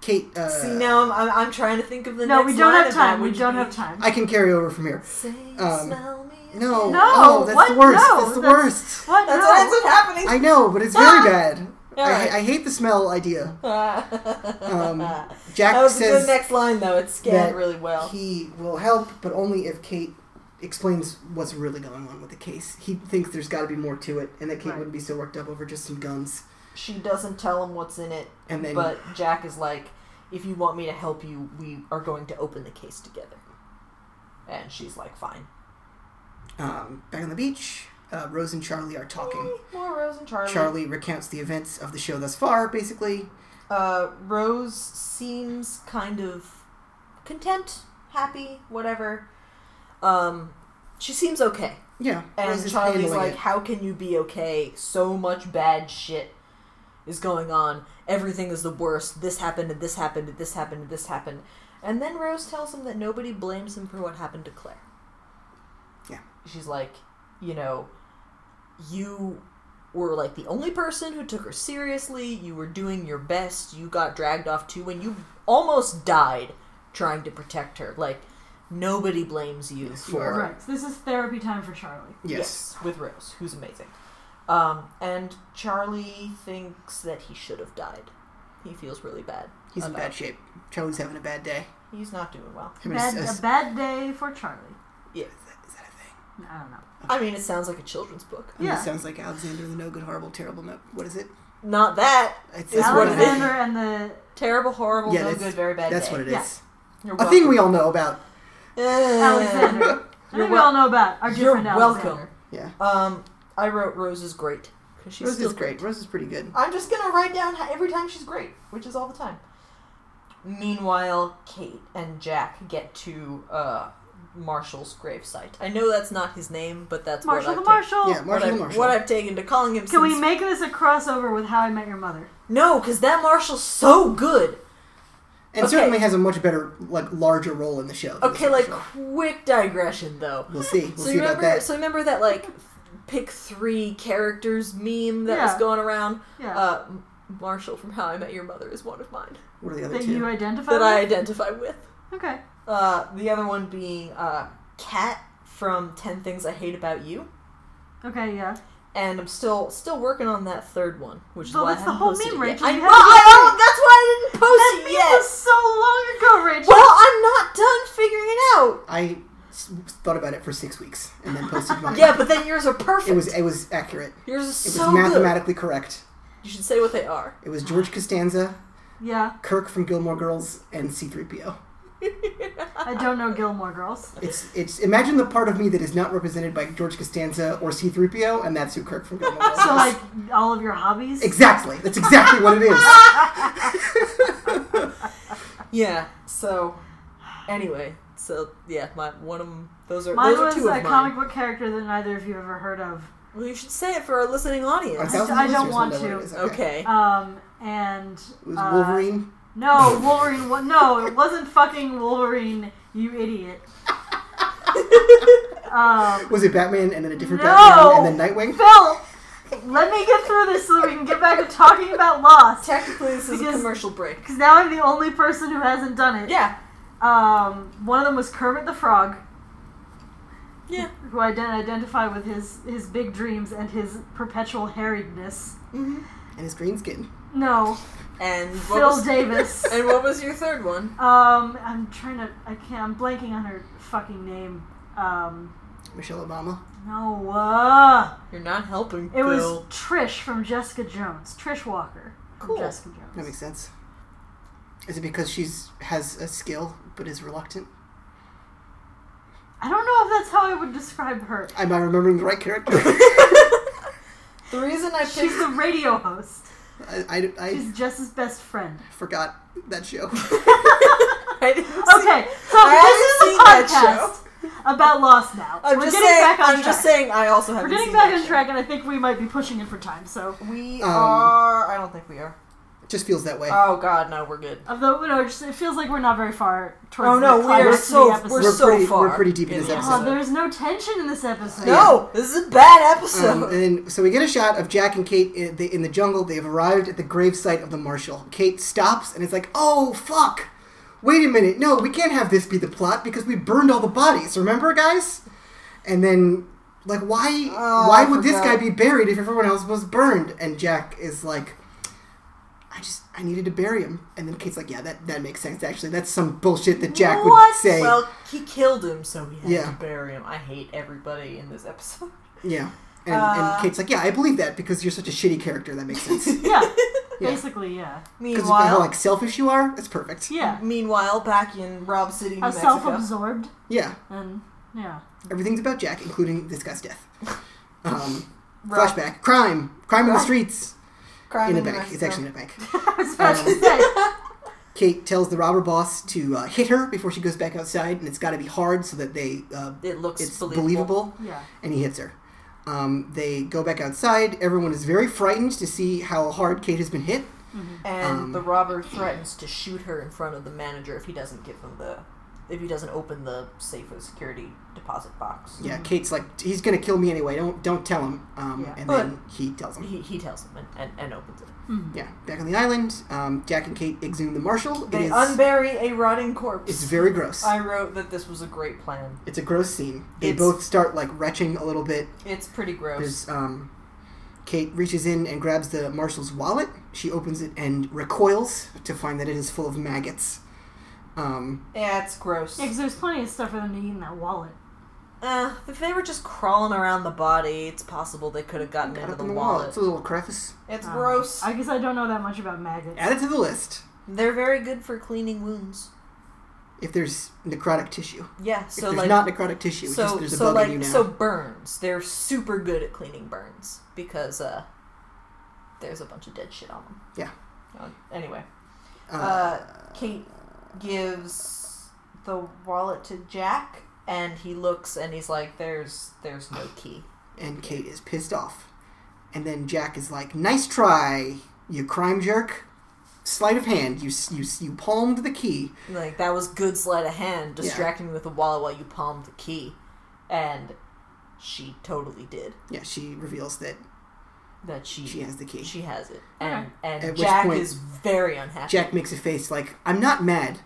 Kate. Uh,
See, now I'm, I'm, I'm trying to think of the
no,
next
we don't
line
have
of that,
time. We
which
don't
would
have
be,
time.
I can carry over from here.
Say,
Um,
smell me.
No.
No,
Oh, that's
what?
the worst.
No,
that's the
that's-
worst.
What?
That's
no.
what ends up happening.
I know, but it's very bad. I,
Alright.
I hate the smell idea. Um, Jack
that was a
says
good next line, though. It's scanned
that
really well.
he will help, but only if Kate explains what's really going on with the case. He thinks there's got to be more to it, and that Kate
Right.
wouldn't be so worked up over just some guns.
she doesn't tell him what's in it,
And then-
but Jack is like, "If you want me to help you, we are going to open the case together." And she's like, "Fine."
Um, back on the beach, uh, Rose and Charlie are talking.
Yay, More Rose and Charlie.
Charlie recounts the events of the show thus far, basically.
Uh, Rose seems kind of content, happy, whatever. Um, she seems okay.
Yeah,
And
Rose is
Charlie's
handling
like,
it.
"How can you be okay? So much bad shit is going on. Everything is the worst. This happened, and this happened, and this happened, and this happened." And then Rose tells him that nobody blames him for what happened to Claire.
Yeah.
She's like, "You know, you were like the only person who took her seriously. You were doing your best. You got dragged off too, and you almost died trying to protect her. Like, nobody blames you
you
for
are
Right. So this is therapy time for Charlie.
yes.
with Rose, who's amazing. Um, and Charlie thinks that he should have died. He feels really bad.
He's in
about-
bad shape. Charlie's having a bad day.
He's not doing well.
Him and
Bad,
his- his-
a bad day for Charlie.
is that- is that a thing?
I don't know.
I mean, it sounds like a children's book.
I mean,
Yeah.
It sounds like Alexander the No Good, Horrible, Terrible. No, what is it?
Not that
It's,
That's what it is.
Alexander and the
terrible, horrible,
Yeah,
no
that's-
good, very bad.
That's
day.
what it is.
Yeah.
You're
A thing we all know about. Uh,
Alexander.
welcome.
I
You're
think we all know about our
You're
different
welcome.
Alexander.
Yeah.
Um, I wrote Rose is great because she's
Rose
still
is great. Rose is pretty good.
I'm just gonna write down how- every time she's great, which is all the time. Meanwhile, Kate and Jack get to uh, Marshall's gravesite. I know that's not his name, but that's
Marshall
what
the
I've
Marshall.
Yeah,
ta- what
Marshall
I've-
the Marshall.
What I've taken to calling him.
Can
since...
we make this a crossover with How I Met Your Mother?
No, because that Marshall's so good.
and
okay.
certainly has a much better, like, larger role in the show. than
Okay,
this
like
show.
quick digression though.
We'll see. We'll
so
see
you
about
remember?
that.
So remember that like pick three characters meme that was
Yeah.
going around.
Yeah.
Uh, Marshall from How I Met Your Mother is one of mine
What are the other
that
two?
you identify
that I
with?
identify with.
Okay.
Uh, the other one being uh, Kat from Ten Things I Hate About You,
Okay, yeah.
and I'm still still working on that third one, which
Well,
is why
that's
I
the
haven't
whole
posted
meme,
it yet.
Rachel.
I
You
know.
haven't
I
posted
know. That's why I didn't
That
post
meme
it yet.
was so long ago, Rachel.
Well, I'm not done figuring it out.
I s- thought about it for six weeks and then posted mine.
Yeah, but then yours are perfect.
It was it was accurate.
yours is
It was
so good.
mathematically correct.
You should say what they are.
It was George Costanza,
yeah,
Kirk from Gilmore Girls, and C-3PO.
I don't know Gilmore Girls.
It's it's imagine the part of me that is not represented by George Costanza or C-3PO, and that's who Kirk from Gilmore Girls.
So,
is.
like, all of your hobbies?
exactly. That's exactly what it is.
Yeah. So, anyway, so yeah, my one of 'em- those are
Mine
those
was
are
a
two of mine.
comic book character that neither of you have ever heard of.
Well, you should say it for our listening
Our
audience.
Okay.
thousand
I don't
listeners will
want
know what
to.
it is.
Okay.
Um, and.
It was
uh,
Wolverine.
No, Wolverine. wa- No, it wasn't fucking Wolverine, you idiot. um,
Was it Batman and then a different
No!
Batman and then Nightwing?
Phil, let me get through this so that we can get back to talking about Lost.
Technically, this is a
Because-
commercial break.
Because now I'm the only person who hasn't done it.
Yeah.
Um, one of them was Kermit the Frog,
Yeah.
who I didn't identify with his, his big dreams and his perpetual harriedness.
hmm
And his green skin.
No,
And what
Phil
was,
Davis.
and what was your third one?
um, I'm trying to. I can't. I'm blanking on her fucking name. Um,
Michelle Obama.
no. Uh,
You're not helping.
it was
Phil.
Trish from Jessica Jones. Trish Walker. from
Cool.
Jessica
That
Jones.
makes sense. Is it because she's has a skill but is reluctant?
I don't know if that's how I would describe her.
Am I remembering the right character?
the reason I picked
She's the radio host.
I, I, I
She's Jess's best friend.
forgot that show.
I didn't see-
Okay, so
I
this
haven't
is
seen that
a podcast about Lost now.
I'm
We're
just
getting
saying.
back on
I'm
track.
just saying. I also
We're
haven't
getting
seen
back
that
on
show.
track, and I think we might be pushing it for time. So,
We
Um, eh.
are. I don't think we are.
Just feels that way.
Oh God, no, we're good.
although you know, it just, it feels like we're not very far towards.
Oh no,
the
we are
climax of
so
the episode.
we're,
We're
so
pretty-
far.
we're pretty deep in this
the
Oh,
episode.
there's no tension in this episode.
No, this is a bad
Um,
episode.
and then, so we get a shot of Jack and Kate in the, in the jungle. They have arrived at the gravesite of the marshal. Kate stops and is like, "Oh fuck! Wait a minute! No, we can't have this be the plot because we burned all the bodies. Remember, guys?" And then, like, why
Oh,
why
I
would this
forgot.
guy be buried if everyone else was burned? And Jack is like, "I just I needed to bury him." And then Kate's like, "Yeah, that that makes sense. Actually, that's some bullshit that eh, Jack would
What?
say."
well, he killed him, so he had
Yeah.
to bury him. I hate everybody in this episode.
yeah. And,
uh,
and Kate's like, "Yeah, I believe that because you're such a shitty character. That makes sense."
Yeah, basically, yeah,
Because of how
Meanwhile,
like selfish you are, it's perfect.
yeah.
meanwhile, back in Rob City, New
How
Mm-hmm. Mexico.
self-absorbed
Yeah,
and yeah.
everything's about Jack, including this guy's death. Um,
Rob-
flashback: crime, crime in the streets,
crime
in a
New
bank. It's
Mexico.
actually in a bank.
I was about to say.
Kate tells the robber boss to uh, hit her before she goes back outside, and it's got to be hard so that they uh,
It looks
it's
believable.
believable.
Yeah,
and he hits her. Um, they go back outside. Everyone is very frightened to see how hard Kate has been hit.
And
Um,
the robber threatens to shoot her in front of the manager if he doesn't give him the, if he doesn't open the safe with security deposit box.
Yeah, Kate's like, he's gonna kill me anyway. Don't don't tell him. Um,
Yeah.
And
But-
then he tells him.
He, he tells him and, and, and opens it.
Hmm.
Yeah, back on the island, um, Jack and Kate exhume the marshal. It
They
is,
unbury a rotting corpse.
it's very gross.
I wrote that this was a great plan.
It's a gross scene. They
It's-
both start like retching a little bit.
It's pretty gross.
There's um, Kate reaches in and grabs the marshal's wallet. She opens it and recoils to find that it is full of maggots. Um,
yeah, it's gross.
because there's plenty of stuff for them to eat in that wallet.
Uh, if they were just crawling around the body, it's possible they could have gotten
got
into
up
the
in the wall.
wallet.
It's a little crevice.
It's
Um,
gross.
I guess I don't know that much about maggots.
Add it to the list
They're very good for cleaning wounds. if
if there's necrotic tissue.
Yeah,
If
so
there's
like
not necrotic tissue, it's just
so
there's a
so
bug
like
in you now.
so burns. They're super good at cleaning burns because uh, there's a bunch of dead shit on them.
Yeah.
Uh, anyway,
uh,
uh, Kate gives the wallet to Jack, and he looks and he's like, "There's there's no key."
and Kate is pissed off. And then Jack is like, "Nice try, you crime jerk." Sleight of hand, you s- you s- you palmed the key.
Like that was good sleight of hand,
Yeah.
distracting me with the wallet while you palmed the key, and she totally did.
Yeah, she reveals that
that she
She has the key.
she has it, and and
At which
Jack
point-
is very unhappy.
Jack makes a face like, I'm not mad.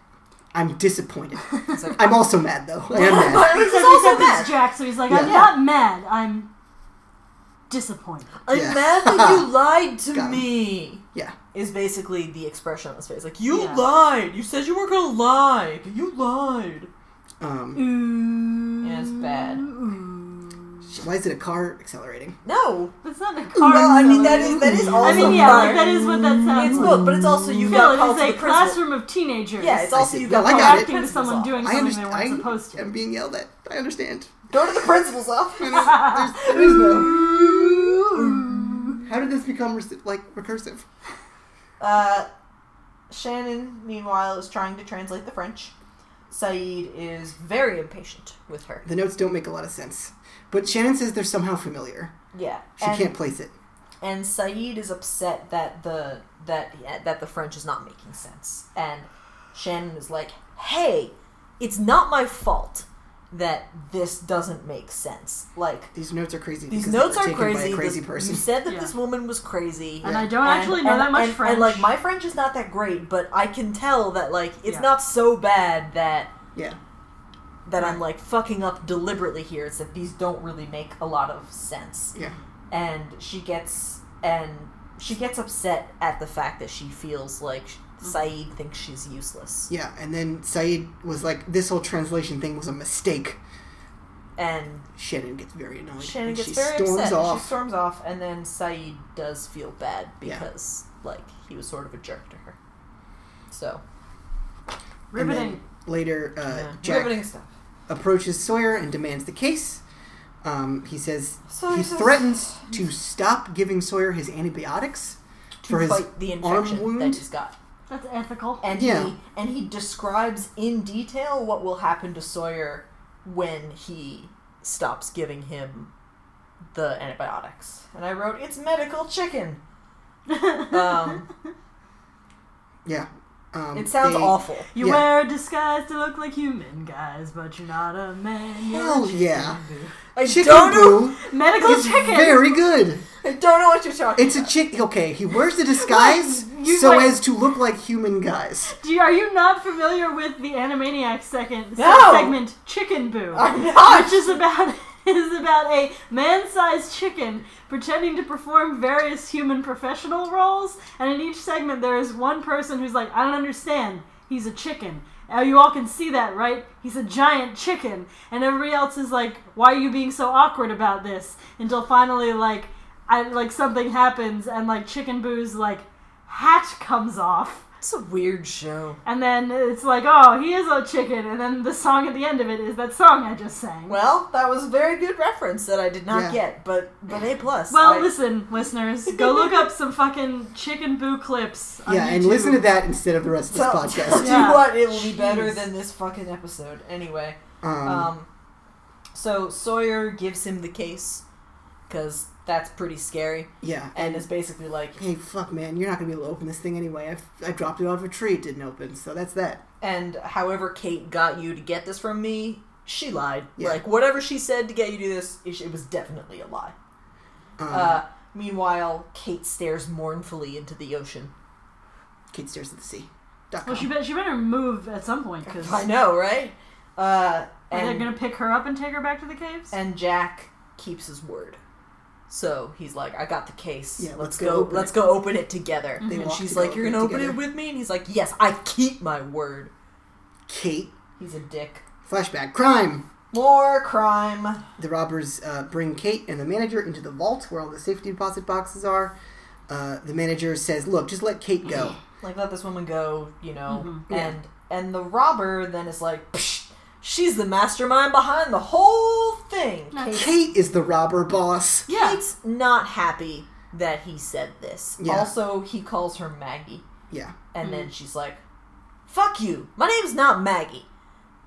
I'm disappointed.
It's like,
I'm also mad, though.
but
I am mad.
at least he's
Except-
also
except
mad.
it's Jack, so he's like, I'm
Yeah.
not mad. I'm disappointed.
I'm
Yeah.
mad that you lied to
Got him.
me.
Yeah.
Is basically the expression on his face. Like, you
Yeah.
lied. You said you weren't going to lie, but you lied.
Um,
Ooh.
Yeah, it's bad.
Ooh.
why is it a car accelerating?
No.
But It's not a car.
No, I mean, that
though.
is, that is also
I mean, yeah, like, that is what that sounds
It's
like.
both, but it's also you
Phil,
got called
it
to
is
the
a
principal.
classroom of teenagers.
Yeah, it's also
see.
you got
No, I
called to
got it.
the
Acting
principal's
someone
office.
doing
I
something they
understand.
weren't supposed
I
to.
am being yelled at. I understand.
Go to the principal's office.
There's, there's no. How did this become rec- like recursive?
Uh, Shannon, meanwhile, is trying to translate the French. Saeed is very impatient with her.
The notes don't make a lot of sense. But Shannon says they're somehow familiar.
Yeah,
She
and,
can't place it.
and Saeed is upset that the that that the French is not making sense. And Shannon is like, "Hey, it's not my fault that this doesn't make sense. Like,
These notes are crazy.
These
because
notes
they were
are
taken
crazy.
By a crazy
This-
person.
You said that
Yeah.
this woman was crazy.
And I don't actually know
and-
that much
and-
French.
And like my French is not that great, but I can tell that like it's
Yeah.
not so bad that
Yeah.
that I'm like fucking up deliberately here. It's that these don't really make a lot of sense.
Yeah.
And she gets and she gets upset at the fact that she feels like
Mm-hmm.
Saeed thinks she's useless.
Yeah. And then Saeed was like, this whole translation thing was a mistake.
And
Shannon gets very annoyed.
Shannon
and
gets
she
very
storms
upset. She
off.
storms off, and then Saeed does feel bad
Yeah.
because, like, he was sort of a jerk to her. So,
and
Riveting.
then later, uh,
yeah.
Jack
riveting stuff.
approaches Sawyer and demands the case. Um, he says
Sawyer
he
says-
threatens to stop giving Sawyer his antibiotics.
To
for his
fight the infection
arm wound?
that he's got,
That's ethical.
and
Yeah.
he and he describes in detail what will happen to Sawyer when he stops giving him the antibiotics. And I wrote, "It's medical chicken." Um,
Yeah. Um,
it sounds
they-
awful.
you
yeah.
wear a disguise to look like human guys, but you're not a man. You're
Hell
a chicken
yeah.
boo.
I
Chicken
don't know.
Boo
Medical
is
chicken.
very good.
I don't know what you're talking.
It's a chick. Okay, he wears a disguise
you
so
like-
as to look like human guys.
Do you, are you not familiar with the Animaniacs second
No.
segment Chicken Boo?
I'm not.
which is about is about a man-sized chicken pretending to perform various human professional roles, and in each segment there is one person who's like, "I don't understand. He's a chicken." Uh, you all can see that, right? He's a giant chicken, and everybody else is like, "Why are you being so awkward about this?" Until finally, like, I like something happens, and like Chicken Boo's like hat comes off.
It's a weird show.
And then it's like, oh, he is a chicken. And then the song at the end of it is that song I just sang.
Well, that was a very good reference that I did not
Yeah.
get, but but A plus.
Well,
I-
listen, listeners, go look up some fucking chicken boo clips. On
Yeah, and
YouTube.
listen to that instead of the rest of this
tell-
podcast.
Do
Yeah.
what it will be better
Jeez.
than this fucking episode. Anyway,
Um,
um, so Sawyer gives him the case because that's pretty scary,
yeah.
and is basically like,
Hey, fuck, man, you're not gonna be able to open this thing anyway. I, I dropped it off a tree, it didn't open, so that's that.
and however Kate got you to get this from me, she lied.
Yeah.
Like whatever she said to get you to do this, it it was definitely a lie.
Um,
Uh, meanwhile, Kate stares mournfully into the ocean.
Kate stares at the sea. Dot
Well, she,
com.
bet she better move at some point because
I
are
know, right? Uh,
they
and,
going to pick her up and take her back to the caves?
and Jack keeps his word. So he's like, I got the case.
Yeah,
let's,
let's go
go,
open
let's go open it together.
They
And
walk
she's
to go
like, You're
open
gonna
it
open
together.
it with me? And he's like, Yes, I keep my word.
Kate.
He's a dick.
Flashback. Crime.
More crime.
The robbers uh, bring Kate and the manager into the vault where all the safety deposit boxes are. Uh, the manager says, "Look, just let Kate go."
Like let this woman go, you know.
Mhm.
Yeah.
And and the robber then is like, Psh, she's the mastermind behind the whole thing.
Nice.
Kate's
Kate is the robber boss.
yeah.
Kate's not happy that he said this.
Yeah.
Also, he calls her Maggie.
Yeah.
And then she's like, fuck you. My name's not Maggie.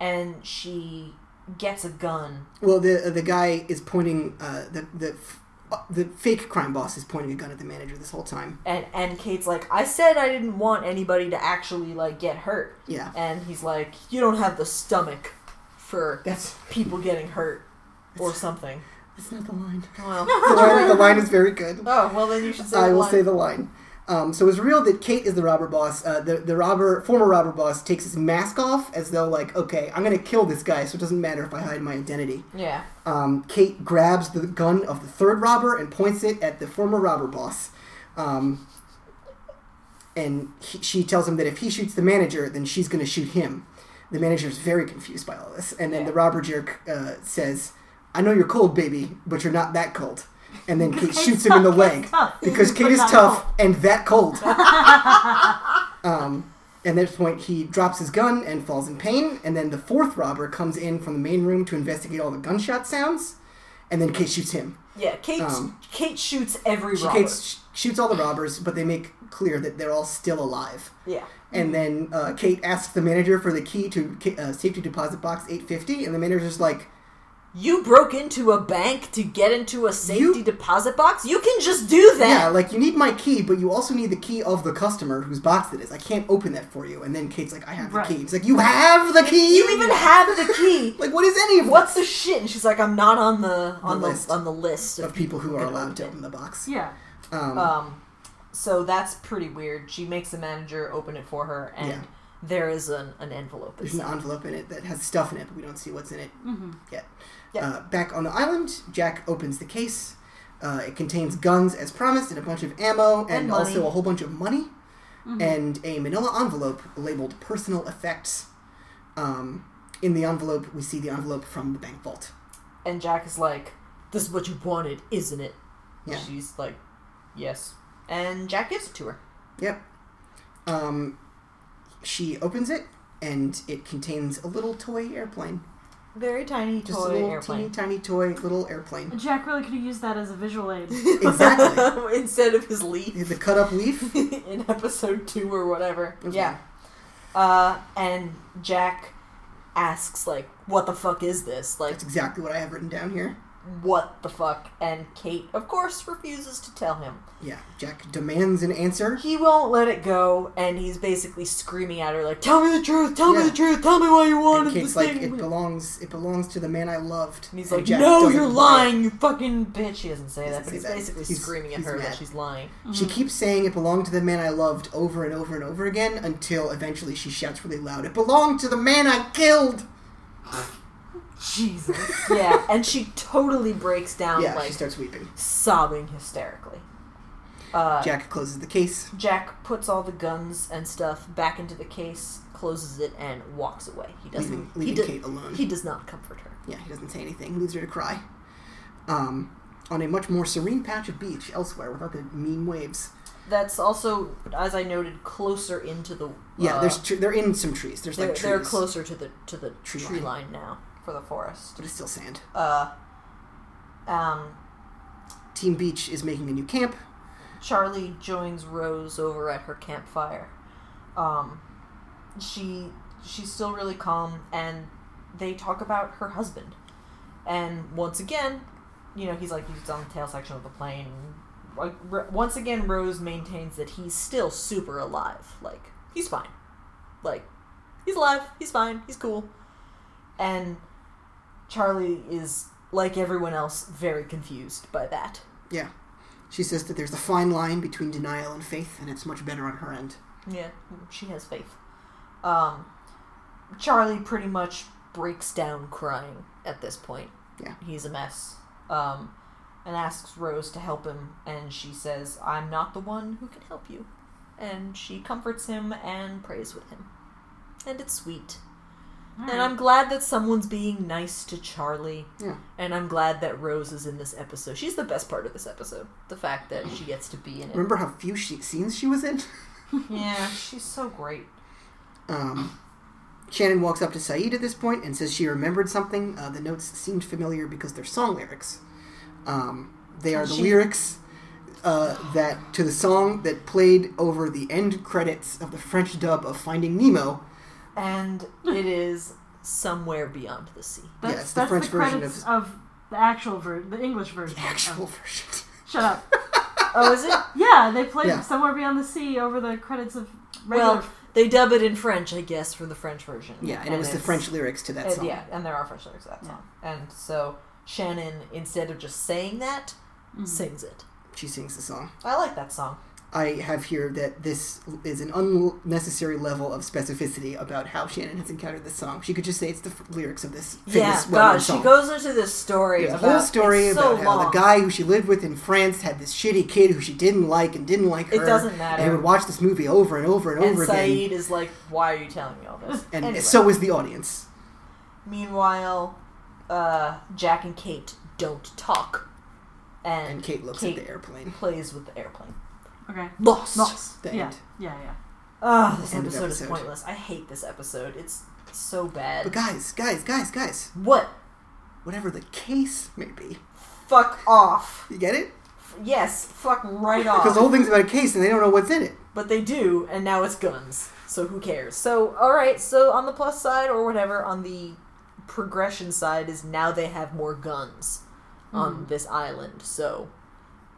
And she gets a gun.
Well, the the guy is pointing uh, the the f- uh, the fake crime boss is pointing a gun at the manager this whole time.
And, and Kate's like, I said I didn't want anybody to actually, like, get hurt.
Yeah.
And he's like, you don't have the stomach for
That's
people getting hurt or something.
That's not the line.
Well,
The line, the line is very good.
oh well, then you should say.
I
the
will
line.
say the line. Um, so it's real that Kate is the robber boss. Uh, the the robber, former robber boss, takes his mask off as though like, okay, I'm gonna kill this guy, so it doesn't matter if I hide my identity.
Yeah.
Um, Kate grabs the gun of the third robber and points it at the former robber boss. Um, and he, she tells him that if he shoots the manager, then she's going to shoot him. The manager's very confused by all this. And then
Yeah.
the robber jerk uh, says, I know you're cold, baby, but you're not that cold. And then Kate shoots him in the leg
Tough.
because
But
Kate is
not
tough
cold.
and that cold. um, and at this point, he drops his gun and falls in pain. And then the fourth robber comes in from the main room to investigate all the gunshot sounds. And then Kate shoots him.
Yeah. Kate.
Um,
Kate shoots every
She
robber.
Kate sh- shoots all the robbers, but they make clear that they're all still alive.
yeah.
And then uh, Kate asks the manager for the key to K- uh, safety deposit box 850, and the manager's like,
You broke into a bank to get into a safety
You-
deposit box. You can just do
"Yeah,
that.
like you need my key, but you also need the key of the customer whose box it is. I can't open that for you." And then Kate's like, "I have the
Right.
key." He's like, "You have the key?
You even have the key.
like what is any of
What's
this?
the shit? And she's like, I'm not on the on the,
list.
on the list of,
of people who are
can
allowed to
open
open the box?"
Yeah.
Um,
Um, so that's pretty weird. She makes the manager open it for her, and
Yeah.
there is an, an envelope.
there's an
inside.
envelope in it that has stuff in it, but we don't see what's in it
Mm-hmm.
yet.
Yeah.
Uh, back on the island, Jack opens the case. Uh, it contains guns, as promised, and a bunch of ammo, and,
And money. Mm-hmm.
also a whole bunch of money, and a manila envelope labeled personal effects. Um, in the envelope, we see the envelope from the bank vault.
And Jack is like, "This is what you wanted, isn't it?" And
Yeah.
She's like, "Yes." And Jack gives it to her.
Yep. Um, she opens it, and it contains a little toy airplane.
Very tiny
Just a
toy
little
airplane.
teeny tiny toy little airplane.
Jack really could have used that as a visual aid.
exactly.
Instead of his leaf
The cut up leaf.
in episode two or whatever.
It was
Yeah. Uh, and Jack asks like, "What the fuck is this?" Like,
That's exactly what I have written down here.
what the fuck? And Kate, of course, refuses to tell him.
Yeah, Jack demands an answer.
He won't let it go, and he's basically screaming at her like, "Tell me the truth! Tell me
Yeah.
the truth! Tell me why you
And
wanted
Kate's
this
like,
thing."
it belongs, it belongs to the man I loved.
and he's like,
Jack
"No,
doesn't
you're
buy it.
lying, you fucking bitch!" He doesn't say
He
that,
doesn't
but
say
he's
that.
basically
He's-
screaming at
he's
her
mad.
that she's lying.
She keeps saying it belonged to the man I loved over and over and over again until eventually she shouts really loud, "It belonged to the man I killed!"
Jesus.
yeah, and she totally breaks down,
yeah,
like
she starts weeping.
sobbing hysterically. Uh,
Jack closes the case.
Jack puts all the guns and stuff back into the case, closes it, and walks away. He doesn't.
Leaving-
he
leaving
does-
Kate alone.
He does not comfort her.
Yeah, he doesn't say anything. Leaves her to cry. Um, on a much more serene patch of beach elsewhere, without the mean waves.
That's also, as I noted, closer into the.
Yeah,
uh,
there's tr- they're in some trees. There's
they're,
like trees,
they're closer to the to the
Tree
tree,
line.
line. now for the forest.
but it's still sand.
Uh, um,
Team Beach is making a new camp.
Charlie joins Rose over at her campfire. Um, she she's still really calm, and they talk about her husband. And once again, you know, he's like he's on the tail section of the plane. Like, R- Once again, Rose maintains that he's still super alive. Like he's fine. Like he's alive. He's fine. He's cool. And Charlie is like everyone else, very confused by that.
Yeah. She says that there's a fine line between denial and faith, and it's much better on her end.
Yeah, she has faith. Um, Charlie pretty much breaks down crying at this point.
Yeah.
He's a mess. Um, and asks Rose to help him, and she says, I'm not the one who can help you. And she comforts him and prays with him. And it's sweet. And I'm glad that someone's being nice to Charlie.
Yeah.
And I'm glad that Rose is in this episode. She's the best part of this episode. The fact that she gets to be in it.
Remember how few she- scenes she was in?
Yeah, she's so great.
Um, Shannon walks up to Saeed at this point and says she remembered something. Uh, the notes seemed familiar because they're song lyrics. Um, they are the
She-
lyrics uh, that to the song that played over the end credits of the French dub of Finding Nemo.
and it is somewhere beyond the sea.
That's,
it's the
that's
French
the
version
credits of, the actual version, the English version.
The actual
of-
version.
shut up.
Oh, is it?
Yeah, they played
Yeah.
somewhere beyond the sea over the credits of regular.
well, they dub it in French, I guess, for the French version.
yeah, and, it was the
it's-
French lyrics to that
and
song.
yeah, and there are French lyrics to that song, and so Shannon, instead of just saying that,
Mm-hmm.
Mhm.
sings it.
She sings the song.
I like that song.
I have here that this is an unnecessary level of specificity about how Shannon has encountered this song. She could just say it's the f- lyrics of this famous
Yeah,
well-known
God, she
song.
goes into this story
There's a
about
whole story
it's
about
so
how
long.
the guy who she lived with in France had this shitty kid who she didn't like and didn't like her.
It doesn't
And they
matter.
would watch this movie over and over and
And
over again.
Saeed is like, "Why are you telling me all this?"
And
Anyway.
so is the audience.
meanwhile, uh, Jack and Kate don't talk, and,
And Kate looks at the airplane.
plays with the airplane.
Okay.
Lost.
Lost.
The
yeah.
end.
Yeah, yeah.
Ugh, this
End of
episode,
episode.
is pointless. I hate this episode. It's so bad.
But guys, guys, guys, guys,
what?
whatever the case may be,
Fuck off.
you get it?
F- Yes, fuck right off.
Because the whole thing's about a case and they don't know what's in it.
But they do, and now it's guns. So who cares? So all right. So on the plus side, or whatever, on the progression side, is now they have more guns
Hmm.
on this island. So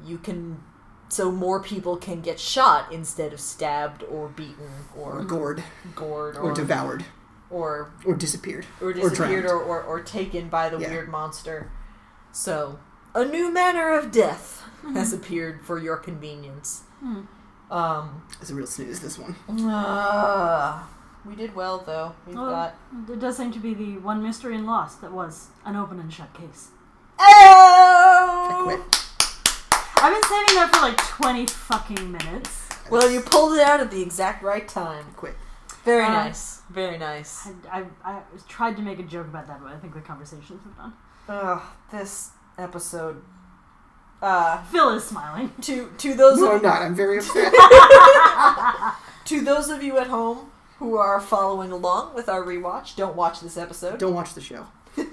you can, so more people can get shot instead of stabbed or beaten
Or
or
gored,
Mm-hmm. gored or
or devoured,
or
or disappeared,
or disappeared
drowned.
or, or, or taken by the
Yeah.
weird monster. So, a new manner of death has appeared for your convenience.
Mhm.
Um,
It's a real snooze, this one.
ah, we did well, though. We've
Well,
got.
It does seem to be the one mystery in Lost that was an open and shut case.
I quit.
Oh!
I've been saving that for like 20 fucking minutes.
Well, you pulled it out at the exact right time.
Quit.
Very
Um,
nice. Very nice.
I, I, I tried to make a joke about that, but I think the conversations have done.
Ugh, this episode. Uh,
Phil is smiling.
to to those
No,
of
I'm not. I'm very upset.
to those of you at home who are following along with our rewatch, don't watch this episode.
Don't watch the show.
no,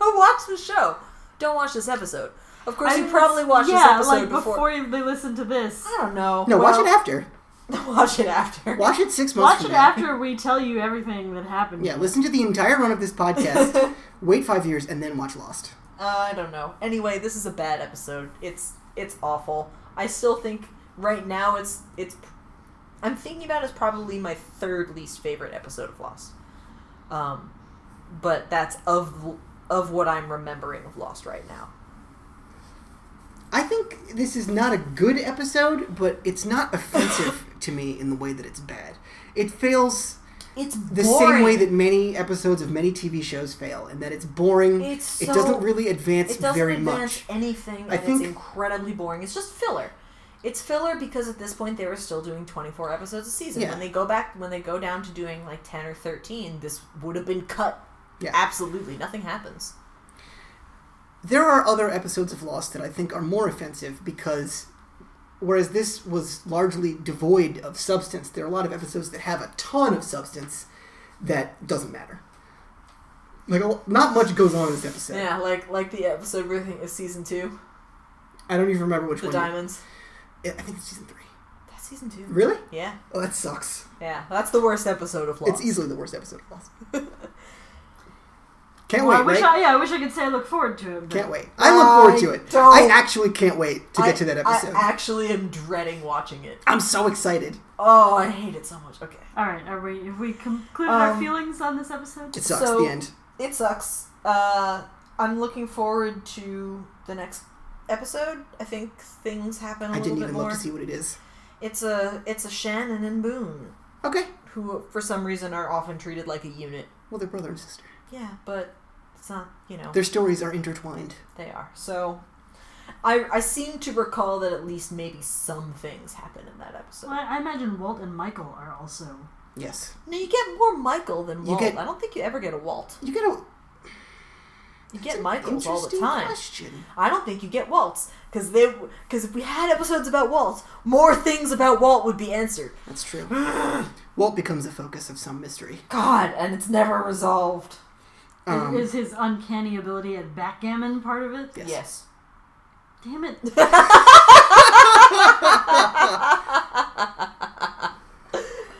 watch the show. Don't watch this episode. Of course,
I
you
was-
probably watched
yeah,
this episode
like
before.
before you they listen to this.
I don't know.
No, watch it
Well,
after.
watch it after.
Watch it six months
Watch
from
it
now.
after we tell you everything that happened.
Yeah, listen to the entire run of this podcast, wait five years, and then watch Lost.
Uh, I don't know. Anyway, this is a bad episode. It's it's awful. I still think right now it's it's. I'm thinking about it as probably my third least favorite episode of Lost. Um, but that's of of what I'm remembering of Lost right now.
I think this is not a good episode, but it's not offensive to me in the way that it's bad. It fails
It's
the same
boring.
way that many episodes of many TV shows fail, in that it's boring.
It's
it
so-
doesn't really advance
it doesn't
very
advance
much.
anything.
I
and
think-
it's incredibly boring. It's just filler. It's filler because at this point they were still doing 24 episodes a season.
Yeah.
When they go back, when they go down to doing like 10 or 13, this would have been cut.
Yeah.
Absolutely, nothing happens.
There are other episodes of Lost that I think are more offensive because whereas this was largely devoid of substance, there are a lot of episodes that have a ton of substance that doesn't matter. Like, a, lo- not much goes on in this episode.
Yeah, like like the episode we think is season two,
I don't even remember which
the
one.
diamonds.
I think it's season three.
That's season two.
Really?
Yeah,
Oh, that sucks.
yeah. That's the worst episode of Lost.
It's easily the worst episode of Lost. can't
Well, I
wait,
wish
right?
I, yeah, I wish I could say I look forward to it. but-
Can't wait. I look forward to
I
it.
don't-
I actually can't wait to get
I-
to that episode.
I actually am dreading watching it.
I'm so excited.
Oh, I hate it so much. Okay.
All right, are we? Have we concluded our
Um,
feelings on this episode?
It sucks.
So-
the end.
it sucks. Uh, I'm looking forward to the next episode. I think things happen a
I
little
didn't
bit
even
more.
look to see what it is.
It's a it's a Shannon and Boone
Okay.
who, for some reason, are often treated like a unit.
Well, they're brother and sister.
Yeah, but it's not. You know,
Their stories are intertwined.
they are. So, I I seem to recall that at least maybe some things happen in that episode.
Well, I I imagine Walt and Michael are also.
Yes.
No, you get more Michael than
You
Walt.
get-
I don't think you ever get a Walt.
You get a
You
it's
get
an
Michaels all the
interesting
time.
Question.
I don't think you get Waltz because they because if we had episodes about Waltz, more things about Walt would be answered.
That's true. Walt becomes the focus of some mystery.
God, and it's never resolved.
Is-
Um,
is his uncanny ability at backgammon part of it?
Yes.
Damn it.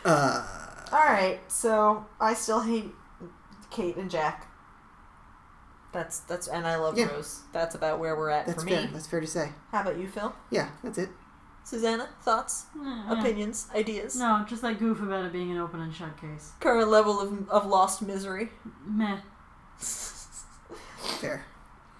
uh,
All right. So I still hate Kate and Jack. That's that's and I love
Yeah.
Rose. That's about where we're at
that's
for
fair.
me.
That's fair to say.
How about you, Phil?
Yeah, that's it.
Susanna, thoughts, opinions, ideas,
No, just that goof about it being an open and shut case.
current level of of lost misery.
Meh.
Fair.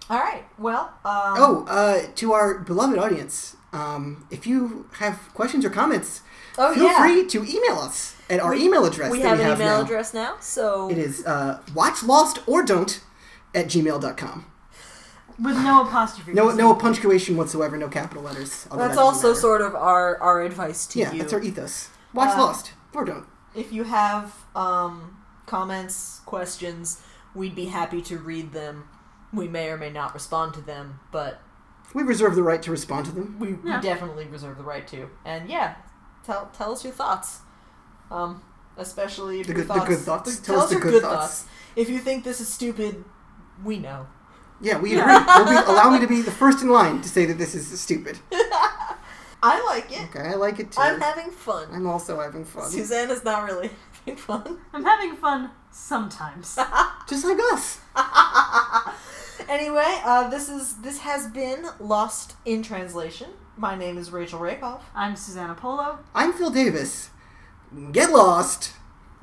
All right. Well. Um,
Oh, uh, to our beloved audience, um, if you have questions or comments,
Oh,
feel
yeah.
free to email us at our email address
We
that
have
we
an
have
email
now.
address now, so
It is uh, watch lost or don't at gmail.com.
With no apostrophe.
No, no punctuation whatsoever, no capital letters. although
that's
that doesn't
also
matter.
sort of our our advice to
Yeah,
you.
that's our ethos. Watch
Uh,
Lost or don't.
if you have um, comments, questions, we'd be happy to read them. We may or may not respond to them, but
We reserve the right to respond to them.
we, we
Yeah.
definitely reserve the right to. And yeah, tell tell us your thoughts. Um, especially if
The
your
good- the
thoughts,
good thoughts.
Tell,
Tell us
us
the
your
good
good
thoughts.
thoughts. If you think this is stupid, we know.
Yeah, we agree. We'll be, allow me to be the first in line to say that this is stupid.
I like it.
Okay, I like it too.
I'm having fun.
I'm also having fun.
Susanna's not really having fun.
I'm having fun sometimes.
Just like us.
anyway, uh, this is this has been Lost in Translation. My name is Rachel Rakoff.
I'm Susanna Polo.
I'm Phil Davis. Get lost.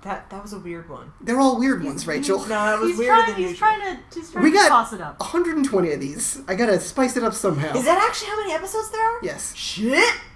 That that was a weird one.
They're all weird ones, Rachel.
No, that was
He's
weirder
trying,
than
he's
usual.
trying to he's trying
We
to
got-
toss it up.
120 of these. I gotta spice it up somehow.
Is that actually how many episodes there are?
yes.
Shit.